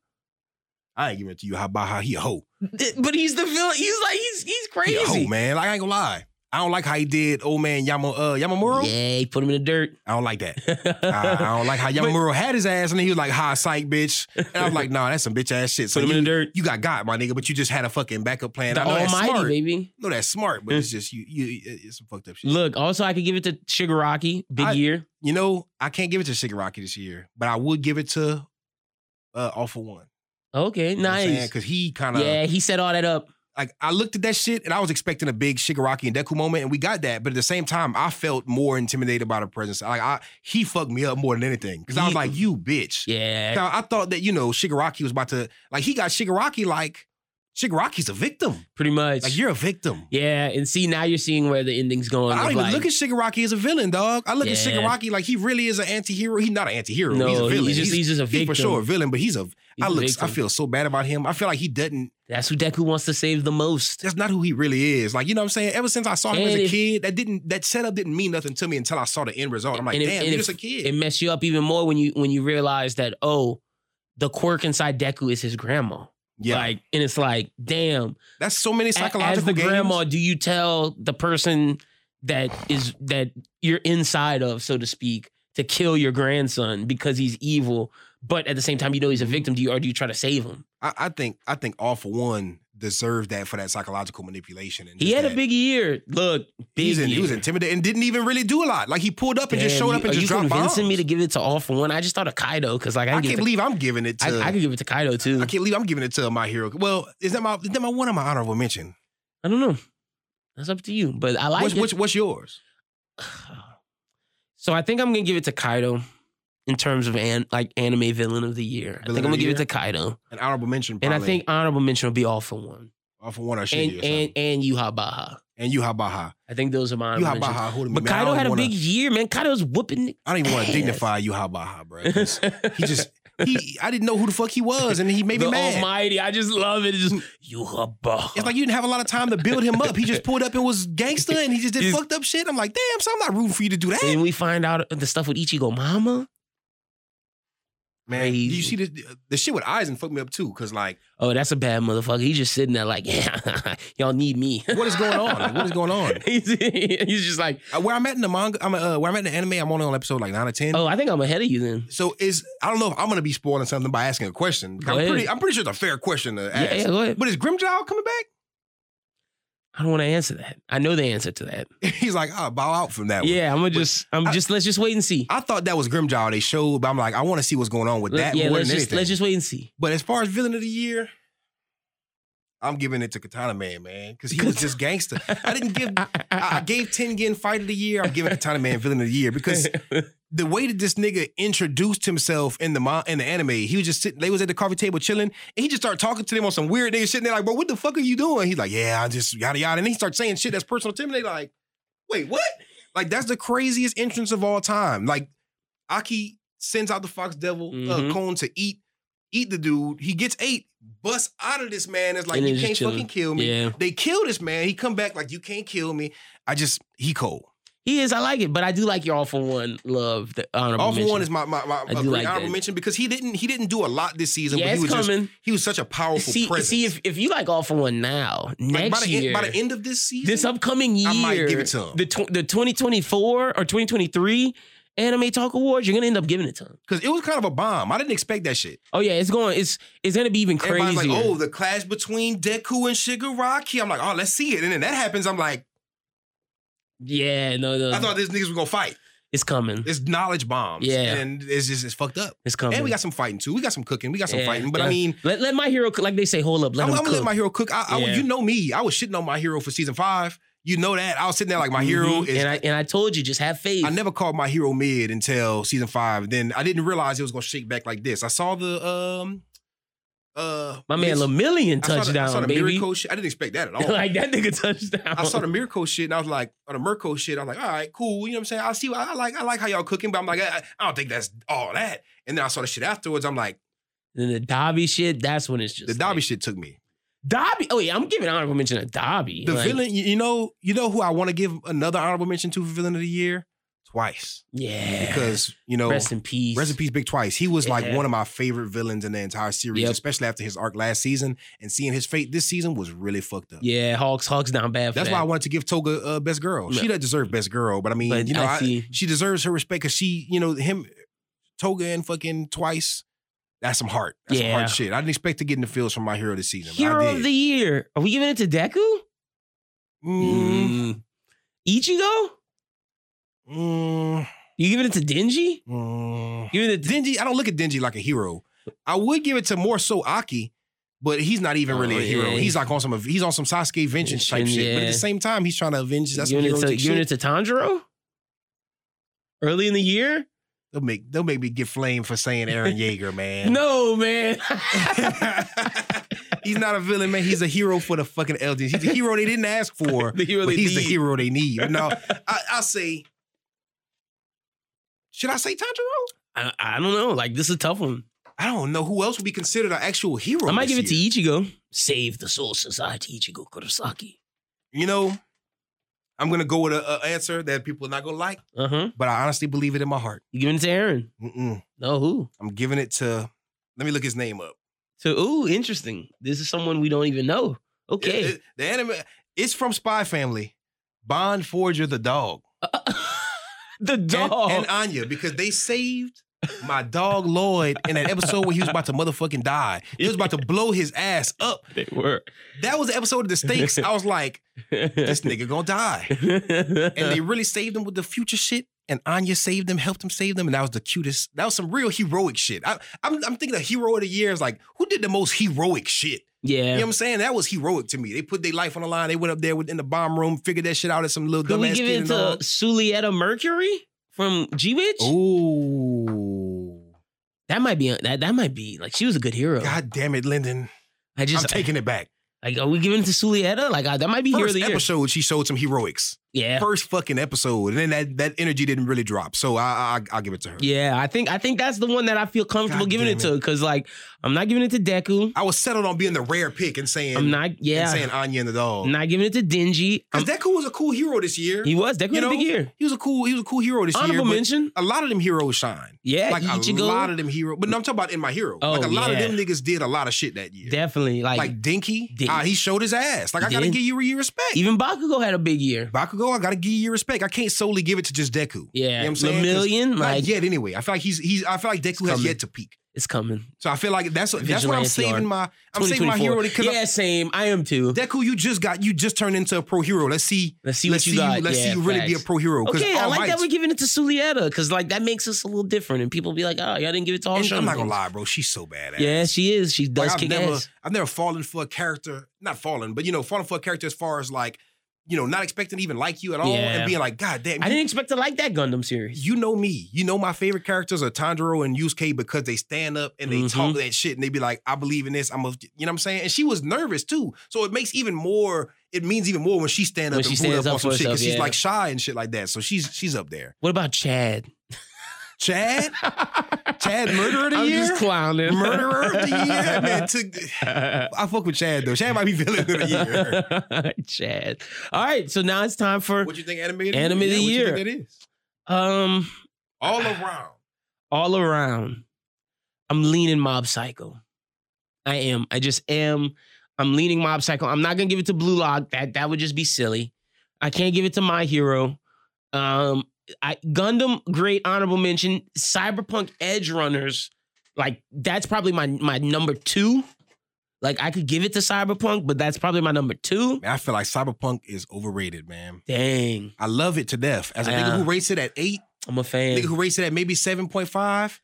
C: I ain't giving it to you how Baha he a hoe.
B: Th- But he's the villain. He's like he's he's
C: He a
B: crazy.
C: hoe, oh, man. Like I ain't gonna lie. I don't like how he did old man Yama uh Yamamuro.
B: Yeah, he put him in the dirt.
C: [laughs] I don't
B: [laughs]
C: like that. I, I don't like how Yamamuro had his ass and then he was like, ha, psych, bitch. And I'm like, nah, that's some bitch ass shit. So
B: put him
C: you,
B: in the dirt.
C: you got God, my nigga, but you just had a fucking backup plan.
B: The
C: I know that's
B: Almighty,
C: smart.
B: baby.
C: No, that's smart, but it's just you you it's some fucked up shit.
B: Look, also I could give it to Shigaraki, big
C: I-
B: year.
C: You know, I can't give it to Shigaraki this year, but I would give it to uh Awful One.
B: Okay, nice.
C: Because he kind of
B: Yeah, he set all that up.
C: like I looked at that shit and I was expecting a big Shigaraki and Deku moment, and we got that. But at the same time, I felt more intimidated by the presence. Like I he fucked me up more than anything. Cause I was
B: He-
C: like, you bitch.
B: Yeah.
C: Now, I thought that, you know, Shigaraki was about to like he got Shigaraki like Shigaraki's a victim.
B: Pretty much.
C: Like you're a victim.
B: yeah, and see now you're seeing where the ending's going.
C: I don't
B: of,
C: even
B: like,
C: look at Shigaraki as a villain, dog. I look at
B: Yeah.
C: Shigaraki like he really is an anti-hero. He's not an anti-hero.
B: no,
C: he's a villain.
B: He's just,
C: He's-
B: he's just a
C: He
B: victim.
C: for sure a villain, but he's a.
B: He's
C: I
B: a
C: look. I
B: victim.
C: feel so bad about him. I feel like he doesn't.
B: That's who Deku wants to save the most.
C: That's not who he really is. Like you know what I'm saying. Ever since I saw him as
B: And
C: a
B: if-
C: kid, that didn't. That setup didn't mean nothing to me until I saw the end result. I'm like,
B: And if-
C: damn,
B: and
C: you're
B: if-
C: just a kid.
B: It messed you up even more when you when you realize that oh, the quirk inside Deku is his grandma.
C: yeah,
B: Like, and it's like, damn.
C: that's so many
B: A-
C: psychological
B: as the
C: games.
B: grandma, do you tell the person that is that you're inside of, so to speak, to kill your grandson because he's evil, but at the same time you know he's a
C: Mm-hmm.
B: victim? Do you or do you try to save him?
C: I, I think. I think all for one deserved that for that psychological manipulation. And
B: He
C: just
B: had a
C: that-
B: big year. Look, big
C: He's in,
B: year.
C: he was intimidated and didn't even really do a lot. Like he pulled up and just
B: Damn,
C: showed
B: you-
C: up and
B: are
C: just
B: you
C: dropped bombs.
B: convincing me to give it to all for one. I just thought of Kaido because like I,
C: I
B: can give
C: can't
B: it
C: believe I'm giving it to.
B: to, I, I could give it to Kaido too.
C: I
B: I,
C: can't believe I'm giving it to my hero. Well, is that my is that my one of my honorable mention?
B: don't know. That's up to you, but I like
C: what's,
B: it.
C: what's what's yours?
B: [sighs] So I think I'm gonna give it to Kaido in terms of an, like anime villain of the year. I
C: Villain
B: think
C: of
B: I'm gonna
C: the
B: give it
C: year?
B: to Kaido,
C: An honorable mention,
B: and
C: probably.
B: I think honorable mention will be all for one,
C: off of one or shitty
B: and
C: or something.
B: and and Yuha Baha.
C: and Yuha Baha.
B: I think those are my
C: Yuha
B: mentions.
C: Baha, who the
B: But
C: man, I
B: Kaido
C: don't
B: had a
C: wanna-
B: big year, man. Kaido's
C: [laughs]
B: whooping.
C: I don't even want
B: ass.
C: to dignify Yuha Baha, bro. 'cause He just he I didn't know who the fuck he was, and he made me
B: the
C: mad.
B: Almighty. I just love it. It's just you hubba.
C: It's like you didn't have a lot of time to build him up. He just pulled up and was gangster and he just did
B: He's-
C: fucked up shit. I'm like, damn, so I'm not rooting for you to do that.
B: and we find out the stuff with Ichigo Mama.
C: Man,
B: Crazy.
C: you see this the shit with Eisen fucked me up too. Cause like,
B: Oh, that's a bad motherfucker. He's just sitting there like, [laughs] yeah, y'all need me.
C: what is going on? Like, what is going on?
B: [laughs] he's, he's just like,
C: Uh, Where I'm at in the manga, I'm uh, where I'm at in the anime, I'm only on episode like nine or ten.
B: oh, I think I'm ahead of you then.
C: So is I don't know if I'm gonna be spoiling something by asking a question.
B: Go
C: I'm
B: ahead.
C: pretty, I'm pretty sure it's a fair question to ask.
B: Yeah, yeah, go ahead.
C: But is Grimjaw coming back? [laughs]
B: I don't want to answer that. I know the answer to that.
C: He's like, I'll bow out from that. one.
B: Yeah, I'm gonna just, I'm
C: I-
B: just, let's just wait and see.
C: I thought that was Grimjaw they showed, but I'm like, I want to see what's going on with
B: Let-
C: that
B: yeah,
C: more
B: let's
C: than
B: just,
C: anything.
B: let's just wait and see.
C: But as far as villain of the year, I'm giving it to Katana Man, man, because he was just gangster. I
B: [laughs]
C: didn't give. I, I gave Tengen Fight of the Year. I'm giving Katana Man Villain of the Year because the way that this nigga introduced himself in the mon- in the anime, he was just sitting. They was at the coffee table chilling, and he just started talking to them on some weird nigga shit. And they're like, "Bro, what the fuck are you doing?" He's like, "Yeah, I just yada yada," and then he starts saying shit that's personal to him. And they like, "Wait, what?" Like that's the craziest entrance of all time. Like Aki sends out the fox devil
B: Mhm.
C: uh, cone to eat eat the dude. He gets eight, busts out of this man. It's like
B: And
C: you
B: he's
C: can't
B: just chilling.
C: fucking kill me.
B: yeah,
C: They kill this man. He come back like you can't kill me. I just he cold.
B: he is. I like it, but I do like your all for one love. The honorable
C: All for
B: mention.
C: one is my my, my
B: I
C: a
B: do
C: great
B: like
C: honorable
B: that.
C: mention because he didn't he didn't do a lot this season.
B: yeah,
C: but he
B: it's
C: was just
B: coming.
C: he was such a powerful
B: see,
C: presence.
B: see if, if you like all for one now,
C: like, by
B: next
C: the
B: year,
C: end, by the end of this season,
B: this upcoming year,
C: I might give it to him.
B: the tw- the 2024 or 2023 Anime Talk Awards, you're gonna end up giving it to him.
C: because it was kind of a bomb. I didn't expect that shit.
B: Oh yeah, it's going. It's it's gonna be even crazier.
C: Everybody's like, oh, the clash between Deku and Shigaraki. I'm like, oh, let's see it. And then that happens. I'm like,
B: yeah, no, no,
C: I thought these niggas were gonna fight.
B: it's coming.
C: It's knowledge bombs.
B: Yeah.
C: and it's just it's fucked up.
B: It's coming.
C: And we got some fighting too. We got some cooking. We got some
B: Yeah,
C: fighting. But
B: yeah.
C: I mean,
B: let, let my hero cook. like they say. Hold up, let
C: I'm,
B: him
C: I'm gonna
B: cook.
C: let my hero cook. I, I-
B: Yeah.
C: you know me. I was shitting on my hero for season five. You know that. I was sitting there like my hero
B: Mhm.
C: is.
B: and I and I told you, just have faith.
C: I never called my hero mid until season five. Then I didn't realize it was gonna shake back like this. I saw the um uh
B: my man
C: Mitch-
B: Lamillion
C: I saw the-
B: touchdown,
C: I saw the
B: baby.
C: Miracle shit. I didn't expect
B: [laughs]
C: that at all.
B: like that nigga touchdown.
C: I saw the miracle shit and I was like, or the Mirko shit. I was like, all right, cool. You know what I'm saying? I see. I like. I like how y'all cooking, but I'm like, I, I don't think that's all that. And then I saw the shit afterwards. I'm like,
B: [laughs] Then the Dobby shit. That's when it's just
C: the Dobby
B: like-
C: shit took me.
B: Dobby. Oh yeah, I'm giving honorable mention to Dobby.
C: The
B: Like,
C: villain, you you know, you know who I want to give another honorable mention to for villain of the year twice
B: Yeah.
C: because you know,
B: rest in peace.
C: rest in peace, Big Twice. He was like
B: Yeah.
C: one of my favorite villains in the entire series,
B: Yep.
C: especially after his arc last season. And seeing his fate this season was really fucked up.
B: Yeah, Hawks. Hawks down bad. For
C: That's
B: that.
C: why I wanted to give Toga uh, best girl.
B: No.
C: She doesn't deserve best girl, but I mean,
B: But
C: you know,
B: I
C: I-
B: see.
C: she deserves her respect because she, you know, him, Toga and fucking Twice. That's some heart. That's some
B: Yeah.
C: hard shit. I didn't expect to get in the fields from my hero this season. but
B: Hero
C: I
B: of
C: did.
B: the year. Are we giving it to Deku?
C: Mm,
B: Ichigo?
C: mm,
B: You giving it to Denji?
C: mm.
B: You giving it to
C: Denji, I don't look at Denji like a hero. I would give it to more so Aki, but he's not even really
B: Oh,
C: a hero.
B: yeah.
C: He's like on some he's on some Sasuke vengeance type
B: Vengeance,
C: shit. But at
B: yeah.
C: the same time, he's trying to avenge. That's some
B: giving it to,
C: heroic
B: giving
C: shit.
B: it to Tanjiro? Early in the year?
C: they'll make they'll make me get flamed for saying
B: [laughs]
C: Aaron Yeager, man.
B: No, man.
C: [laughs]
B: [laughs]
C: he's not a villain, man. He's a hero for the fucking LDs. He's a hero they didn't
B: [laughs]
C: ask for,
B: the hero
C: but
B: they
C: he's the
B: need.
C: hero they
B: [laughs]
C: need. No, I, I say. Should I say Tanjiro?
B: I, I don't know. Like this is a tough one.
C: I don't know who else would be considered an actual hero.
B: I might give it
C: you.
B: to Ichigo. Save the Soul Society, Ichigo Kurosaki.
C: you know, I'm gonna go with a, a answer that people are not gonna like,
B: Uh huh.
C: but I honestly believe it in my heart.
B: You giving it to Aaron?
C: Mm-mm.
B: No, who?
C: I'm giving it to. Let me look his name up.
B: To ooh, interesting. This is someone we don't even know. Okay.
C: It- it- the anime. It's from Spy Family. Bond Forger the dog
B: Uh, [laughs] the
C: And-
B: dog.
C: And, Anya because they saved my dog Lloyd in that episode where he was about to motherfucking die. He was about to blow his ass up.
B: they were.
C: That was the episode of
B: [laughs]
C: the stakes. I was like, this nigga gonna die.
B: [laughs]
C: and they really saved him with the future shit. And Anya saved him, helped him save them, and that was the cutest. That was some real heroic shit. I, I'm, I'm thinking a hero of the year is like who did the most heroic shit. You know
B: yeah.
C: what I'm saying? That was heroic to me. They put their life on the line. They went up there within the bomb room, figured that shit out as some little
B: Could we
C: dumbass
B: give
C: kid.
B: it
C: and all.
B: to Sulietta Mercury from G Witch?
C: Ooh,
B: That might be that. That might be like she was a good hero.
C: god damn it, Lyndon!
B: I just
C: I'm taking it back.
B: Like, are we giving it to Sulieta? Like, I, that might be here
C: First
B: the year.
C: episode, she showed some heroics.
B: Yeah,
C: First fucking episode, and then that that energy didn't really drop. So I I I'll give it to her.
B: yeah. I think I think that's the one that I feel comfortable
C: God
B: giving
C: damn
B: it to because, like, I'm not giving it to Deku.
C: I was settled on being the rare pick and saying
B: I'm not.
C: and
B: Yeah,
C: saying Anya and the dog.
B: I'm not giving it to Denji.
C: Because Deku was a cool hero this year.
B: Um, He was Deku
C: You
B: had a big
C: know,
B: year.
C: He was a cool he was a cool hero this year.
B: Honorable
C: but
B: mention.
C: a lot of them heroes shine.
B: Yeah,
C: Like
B: Ichigo.
C: a lot of them heroes. But no, I'm talking about in my hero.
B: Oh,
C: like a lot
B: yeah.
C: of them niggas did a lot of shit that year.
B: Definitely. Like,
C: like, Dinky,
B: Dink.
C: ah, he showed his ass. Like
B: He
C: I gotta
B: did.
C: give you your respect.
B: even Bakugo had a big year.
C: Bakugo, I gotta give you your respect. I can't solely give it to just Deku.
B: Yeah,
C: You know what I'm saying? 'Cause
B: Lamillion,
C: Not
B: like
C: yet, anyway. I feel like he's he's. I feel like Deku has
B: coming.
C: yet to peak.
B: it's coming.
C: So I feel like that's that's what I'm
B: Vigilante
C: saving
B: art.
C: my. I'm saving my
B: 2024.
C: hero because
B: Yeah, same. I am too.
C: Deku, you just got you just turned into a pro hero. Let's see.
B: Let's see
C: let's
B: what you
C: see
B: got.
C: you. Let's
B: Yeah,
C: see you really be a
B: facts.
C: pro hero. 'Cause
B: Okay, I
C: All
B: like that
C: Might's-
B: we're giving it to Sulieta because like that makes us a little different, and people be like, "Oh, y'all didn't give it to all."
C: and I'm not
B: Shonen
C: gonna lie, bro. She's so badass.
B: Kings. Yeah, she is. She does
C: Like, I've
B: kick
C: never,
B: ass.
C: I've never fallen for a character, not fallen, but you know, fallen for a character as far as like, you know, not expecting to even like you at all,
B: Yeah.
C: and being like, God damn,
B: I
C: you,
B: didn't expect to like that Gundam series.
C: you know me. You know my favorite characters are Tanjiro and Yusuke because they stand up and they
B: Mm-hmm.
C: talk that shit and they be like, I believe in this. I'm a, you know what I'm saying? And she was nervous too. So it makes even more, it means even more when she stand up
B: When she
C: and pull
B: stands
C: up
B: up
C: on some
B: for
C: shit because
B: herself,
C: she's
B: yeah.
C: like shy and shit like that. So she's she's up there.
B: What about Chad? [laughs]
C: Chad? Chad murderer of the
B: I'm
C: year?
B: just clowning.
C: Murderer of the year? That
B: [laughs]
C: Man, took, I fuck with Chad though. Chad might be [laughs] villain of the year.
B: Chad. All right, so now it's time for
C: What you think anime of the
B: Anime of the
C: Yeah, what you
B: year.
C: think that is?
B: um
C: All around.
B: all around. I'm leaning Mob Psycho. I am. I just am. I'm leaning Mob Psycho. I'm not gonna give it to Blue Lock. That that would just be silly. I can't give it to My Hero. Um, I Gundam, great honorable mention. Cyberpunk Edge Runners, like that's probably my my number two. Like I could give it to Cyberpunk, but that's probably my number two.
C: Man, I feel like Cyberpunk is overrated, man.
B: Dang,
C: I love it to death. As a
B: Yeah.
C: nigga who rates it at eight,
B: I'm a fan.
C: nigga who rates it at maybe 7.5,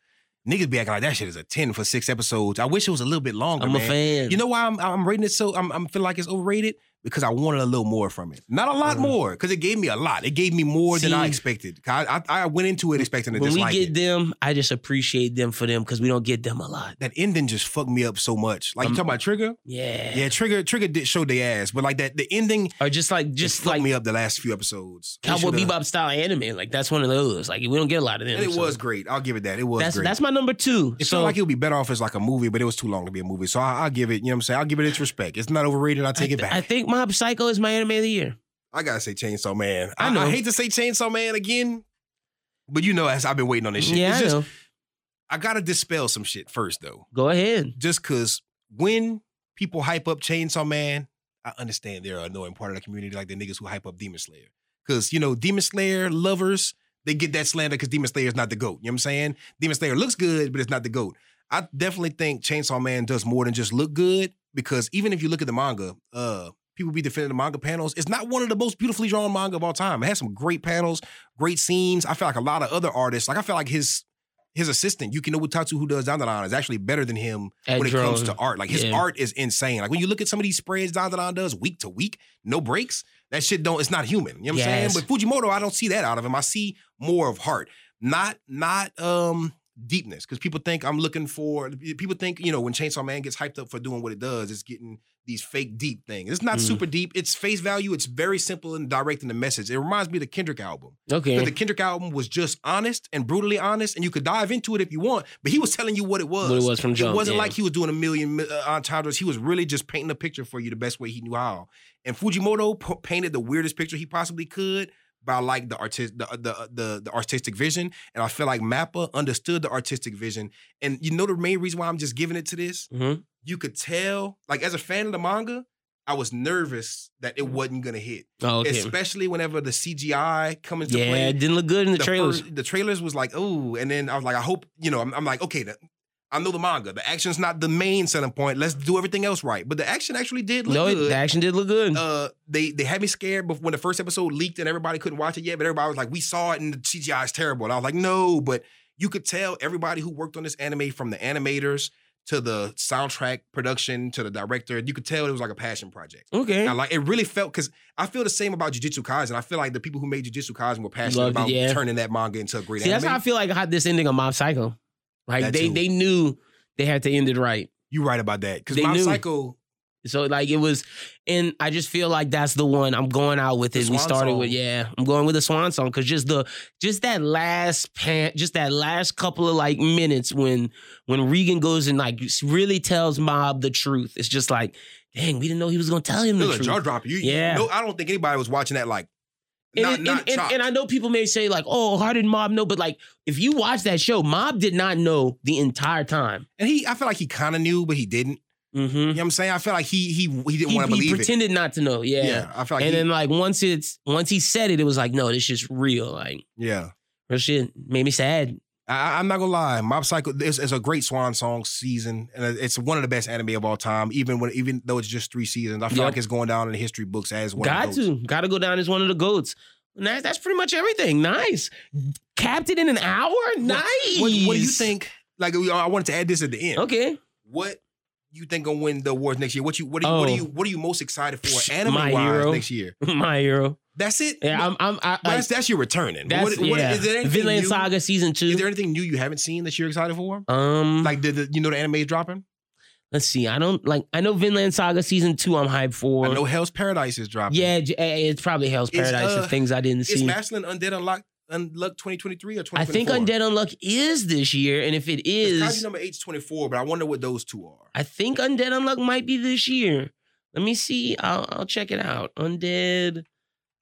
C: niggas be acting like that shit is a 10 for six episodes. I wish it was a little bit longer.
B: I'm a
C: man.
B: fan.
C: You know why I'm, I'm rating it so, I'm, I'm feeling like it's overrated? Because I wanted a little more from it. Not a lot
B: Mm.
C: more, because it gave me a lot. It gave me more than I
B: See?
C: expected. 'Cause I, I, I went into it expecting to
B: when we
C: dislike
B: get
C: it.
B: them, I just appreciate them for them because we don't get them a lot.
C: That ending just fucked me up so much. Like,
B: Um,
C: you talking about Trigger?
B: Yeah.
C: Yeah, Trigger Trigger did show their ass, but like that, the ending
B: Or just like
C: just
B: just
C: fucked
B: like
C: me up the last few episodes. They
B: Cowboy
C: shoulda-
B: Bebop style anime. Like that's one of those. Like we don't get a lot of them.
C: And it
B: so
C: was great. I'll give it that. It was
B: that's
C: great.
B: that's my number two.
C: It
B: so
C: felt like it would be better off as like a movie, but it was too long to be a movie. So I, I'll give it, you know what I'm saying? I'll give it its respect. It's not overrated. I'll
B: I,
C: take it
B: th-
C: back.
B: I
C: I,
B: think Mob Psycho is my anime of the year.
C: gotta say Chainsaw Man.
B: I
C: I,
B: know.
C: I hate to say Chainsaw Man again, but you know, as I've been waiting on this shit.
B: Yeah,
C: it's
B: I
C: just,
B: know.
C: I gotta dispel some shit first though.
B: Go ahead.
C: Just cause when people hype up Chainsaw Man, I understand they're an annoying part of the community, like the niggas who hype up Demon Slayer. Cause you know, Demon Slayer lovers, they get that slander because Demon Slayer is not the GOAT. You know what I'm saying? Demon Slayer looks good, but it's not the GOAT. I definitely think Chainsaw Man does more than just look good because even if you look at the manga, uh, people be defending the manga panels. It's not one of the most beautifully drawn manga of all time. It has some great panels, great scenes. I feel like a lot of other artists, like I feel like his his assistant, Yukino Utatsu, who does Dandadan, is actually better than him
B: At
C: when it
B: Drone.
C: comes to art. Like his
B: Yeah.
C: art is insane. Like when you look at some of these spreads Dandadan does week to week, no breaks, that shit don't, it's not human. You know what I'm
B: Yes.
C: saying? But Fujimoto, I don't see that out of him. I see more of heart. Not, not um deepness. Cause people think I'm looking for people think, you know, when Chainsaw Man gets hyped up for doing what it does, it's getting these fake deep things. It's not
B: Mm.
C: super deep. It's face value. It's very simple and direct in the message. It reminds me of the Kendrick album. Because
B: okay.
C: the Kendrick album was just honest and brutally honest, and you could dive into it if you want, but he was telling you what it was.
B: What it was from jump.
C: It wasn't
B: yeah.
C: like he was doing a million mi- uh, entendres. He was really just painting a picture for you the best way he knew how. And Fujimoto p- painted the weirdest picture he possibly could by like the artist, the, the the the artistic vision. And I feel like Mappa understood the artistic vision. And you know the main reason why I'm just giving it to this.
B: Mhm.
C: You could tell, like as a fan of the manga, I was nervous that it wasn't gonna hit,
B: Oh, Mm. okay.
C: especially whenever the CGI coming to
B: yeah,
C: play
B: it didn't look good in the, trailers.
C: first- the trailers was like, oh, and then I was like, I hope, you know, I'm, I'm like, okay, the, I know the manga. The action's not the main selling point. Let's do everything else right. But the action actually did look
B: no, it,
C: good.
B: the action did look good.
C: uh, they they had me scared before when the first episode leaked and everybody couldn't watch it yet, but everybody was like, we saw it and the CGI is terrible. And I was like, no, but you could tell everybody who worked on this anime from the animators to the soundtrack production to the director, you could tell it was like a passion project.
B: okay.
C: I like it really felt because I feel the same about Jujutsu Kaisen. I feel like the people who made Jujutsu Kaisen were passionate
B: Loved it,
C: about
B: yeah.
C: turning that manga into a great
B: See,
C: anime.
B: that's how I feel like how this ending of Mob Psycho. Like
C: That
B: they
C: too.
B: they knew they had to end it right.
C: You're right about that because
B: They
C: Mob
B: knew.
C: Psycho
B: So like it was, and I just feel like that's the one I'm going out with.
C: The
B: Is we
C: swan
B: started
C: song.
B: with yeah, I'm going with the swan song because just the just that last pan, just that last couple of like minutes when when Regan goes and like really tells Mob the truth. It's just like, dang, we didn't know he was gonna tell him
C: It
B: the
C: was a
B: truth.
C: jaw dropper. You,
B: Yeah.
C: No, I don't think anybody was watching that. Like,
B: And,
C: not,
B: and,
C: not
B: and,
C: chopped.
B: and I know people may say like, oh, how did Mob know? But like, if you watch that show, Mob did not know the entire time.
C: And he, I feel like he kind of knew, but he didn't.
B: Mm-hmm.
C: You know what I'm saying? I feel like he he he didn't
B: He,
C: want to
B: he
C: believe it.
B: pretended not to know. Yeah.
C: Yeah, I feel like
B: and
C: he,
B: then like once it's once he said it, it was like, no, this shit's real. Like
C: yeah.
B: real shit made me sad.
C: I, I'm not gonna lie, Mob Psycho is, is a great swan song season, and it's one of the best anime of all time. Even when, even though it's just three seasons, I feel
B: Yep.
C: like it's going down in the history books as one.
B: Got
C: of those.
B: to. Gotta go down as one of the goats. And that- that's pretty much everything. Nice. Capped it in an hour? Nice.
C: What, what do you think? Like, we- I wanted to add this at the end.
B: Okay. [laughs]
C: What you think gonna win the awards next year? What you what are you, what are
B: Oh.
C: you what are you most excited for
B: Psh,
C: anime
B: My
C: wise
B: Hero.
C: next year?
B: My hero.
C: That's it.
B: Yeah, I'm I'm I,
C: But
B: like,
C: that's, that's your returning.
B: that's
C: what, what-
B: yeah.
C: is there anything
B: Vinland
C: new-
B: Saga season two.
C: Is there anything new you haven't seen that you're excited for?
B: um like
C: Like the, the you know the anime is dropping.
B: let's see. I don't like I know Vinland Saga season two I'm hyped for.
C: I know Hell's Paradise is dropping.
B: yeah, j- eh, it's probably Hell's
C: It's,
B: Paradise
C: uh,
B: of things I didn't
C: Is
B: see.
C: Masculine Undead Unlocked Unlocked 2023 or
B: I
C: 2024?
B: think Undead Unluck is this year, and if it
C: It's
B: is,
C: Kaiju number eight's 24, but I wonder what those two are.
B: I think Undead Unluck might be this year. Let me see. I'll I'll check it out. Undead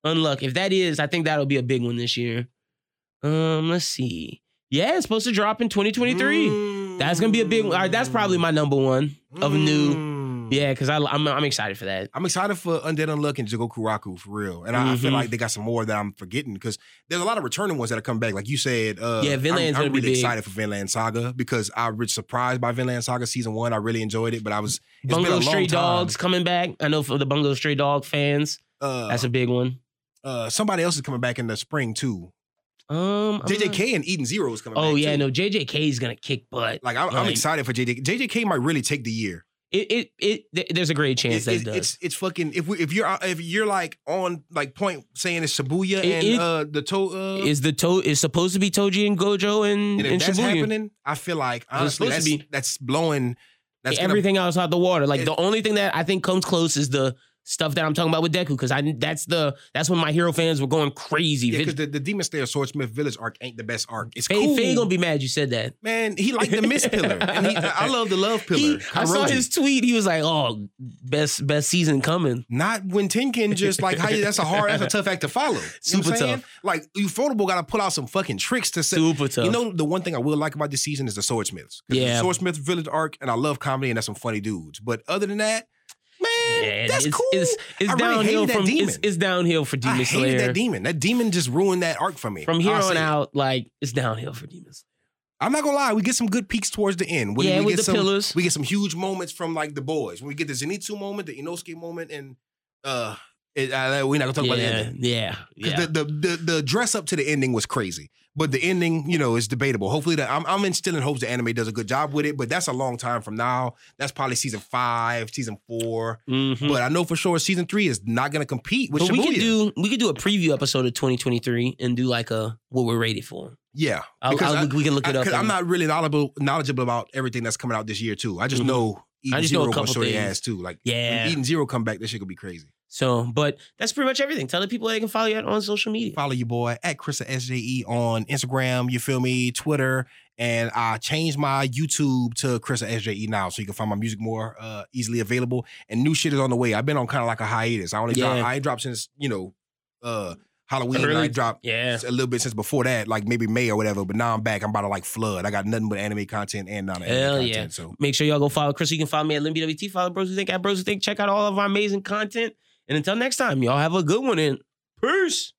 B: Unluck. If that is, I think that'll be a big one this year. Um, let's see. Yeah, it's supposed to drop in 2023. That's gonna be a big one. All right, that's probably my number one
C: Mm.
B: of new.
C: new.
B: Yeah, because I I'm I'm excited for that.
C: I'm excited for Undead Unluck and Jigoku Raku for real. And I, I feel
B: Mhm.
C: like they got some more that I'm forgetting because there's a lot of returning ones that have come back. Like you said, uh,
B: Yeah,
C: I'm,
B: Vinland's
C: I'm
B: gonna
C: really
B: be big.
C: excited for Vinland Saga because I was surprised by Vinland Saga season one. I really enjoyed it, but I was it's been a
B: Bungo
C: long
B: Stray
C: time.
B: Dogs coming back. I know for the Bungo Stray Dog fans,
C: uh,
B: that's a big one.
C: uh, somebody else is coming back in the spring too.
B: Um, I'm not-
C: JJK and Eden Zero is coming back.
B: Oh yeah,
C: too.
B: no, JJK is gonna kick butt.
C: Like I'm, I'm
B: Like-
C: excited for JJK. JJK might really take the year.
B: It it it. th- There's a great chance
C: It-
B: that
C: it-
B: it does.
C: It's it's fucking if we if you're out- if you're like on like point saying it's Shibuya
B: It-
C: and
B: it-
C: uh the to uh,
B: is the to is supposed to be Toji and Gojo and,
C: and
B: and,
C: if that's
B: Shibuya.
C: happening, I feel like honestly
B: supposed
C: that's
B: to
C: that's blowing. That's gonna-
B: Everything else out the water. Like
C: It-
B: the only thing that I think comes close is the stuff that I'm talking about with Deku because I that's the that's when my hero fans were going crazy.
C: yeah,
B: Vin-
C: because the, the Demon Slayer Swordsmith Village arc ain't the best arc. It's
B: Faye,
C: cool,
B: Faye gonna be mad you said that.
C: man. He liked the Mist Pillar, and he, I love the Love Pillar.
B: [laughs] He- I saw
C: Hiroji.
B: his tweet. He was like, "Oh, best best season coming."
C: Not when Tenkin just like how you, that's a hard, that's a tough act to follow. You know what I'm
B: Super
C: saying? Like Ufotable got to pull out some fucking tricks to set.
B: Super tough.
C: You know the one thing I will like about this season is the swordsmiths. 'Cause
B: Yeah.
C: the swordsmith village arc, and I love comedy, and that's some funny dudes. But other than that, man,
B: Yeah,
C: that's
B: it's,
C: cool.
B: It's, it's
C: I really
B: downhill
C: hated that
B: from
C: demon.
B: It's, it's downhill for
C: I
B: Demon
C: hated
B: Slayer.
C: that demon. That demon just ruined that arc for me.
B: from here
C: I'll
B: on
C: say it.
B: out, like it's downhill for Demon Slayer.
C: I'm not gonna lie. We get some good peaks towards the end. When
B: yeah,
C: we
B: with
C: get
B: the
C: some,
B: pillars.
C: we get some huge moments from like the boys. When we get the Zenitsu moment, the Inosuke moment, and uh, it, I, we're not gonna talk about the
B: yeah,
C: ending.
B: yeah, yeah.
C: Because the, the, the, the dress up to the ending was crazy. But the ending, you know, is debatable. Hopefully, the, I'm, I'm instilling hopes the anime does a good job with it, but that's a long time from now. That's probably season five, season 4
B: Mhm.
C: But I know for sure season three is not going to compete with
B: but we
C: Shibuya.
B: could do we could do a preview episode of 2023 and do like a what we're rated for.
C: yeah.
B: I'll,
C: Because
B: I'll-
C: I-
B: we can look it up.
C: Because I'm
B: and-
C: not really knowledgeable, knowledgeable about everything that's coming out this year, too. I just
B: Mhm.
C: know Eden
B: I just know
C: Zero
B: a
C: gonna
B: couple
C: show their
B: things.
C: ass, too. Like,
B: Yeah.
C: when Eden Zero come back, this shit could be crazy.
B: So, but that's pretty much everything. Tell the people they can follow you out on social media.
C: follow your boy at Chris SJE E on Instagram, you feel me, Twitter, and I changed my YouTube to Chris SJE E now so you can find my music more uh, easily available. And new shit is on the way. I've been on kind of like a hiatus. I only
B: Yeah.
C: dropped, I ain't dropped since, you know, uh, Halloween.
B: Really?
C: and I dropped
B: Yeah.
C: a little bit since before that, like maybe May or whatever, but now I'm back. I'm about to like flood. I got nothing but anime content and non anime
B: Hell
C: content.
B: yeah.
C: So
B: Make sure y'all go follow Chris. You can follow me at LimbWT. Follow Bros Who Think at Bros Who Think. Check out all of our amazing content. And until next time, y'all have a good one and peace.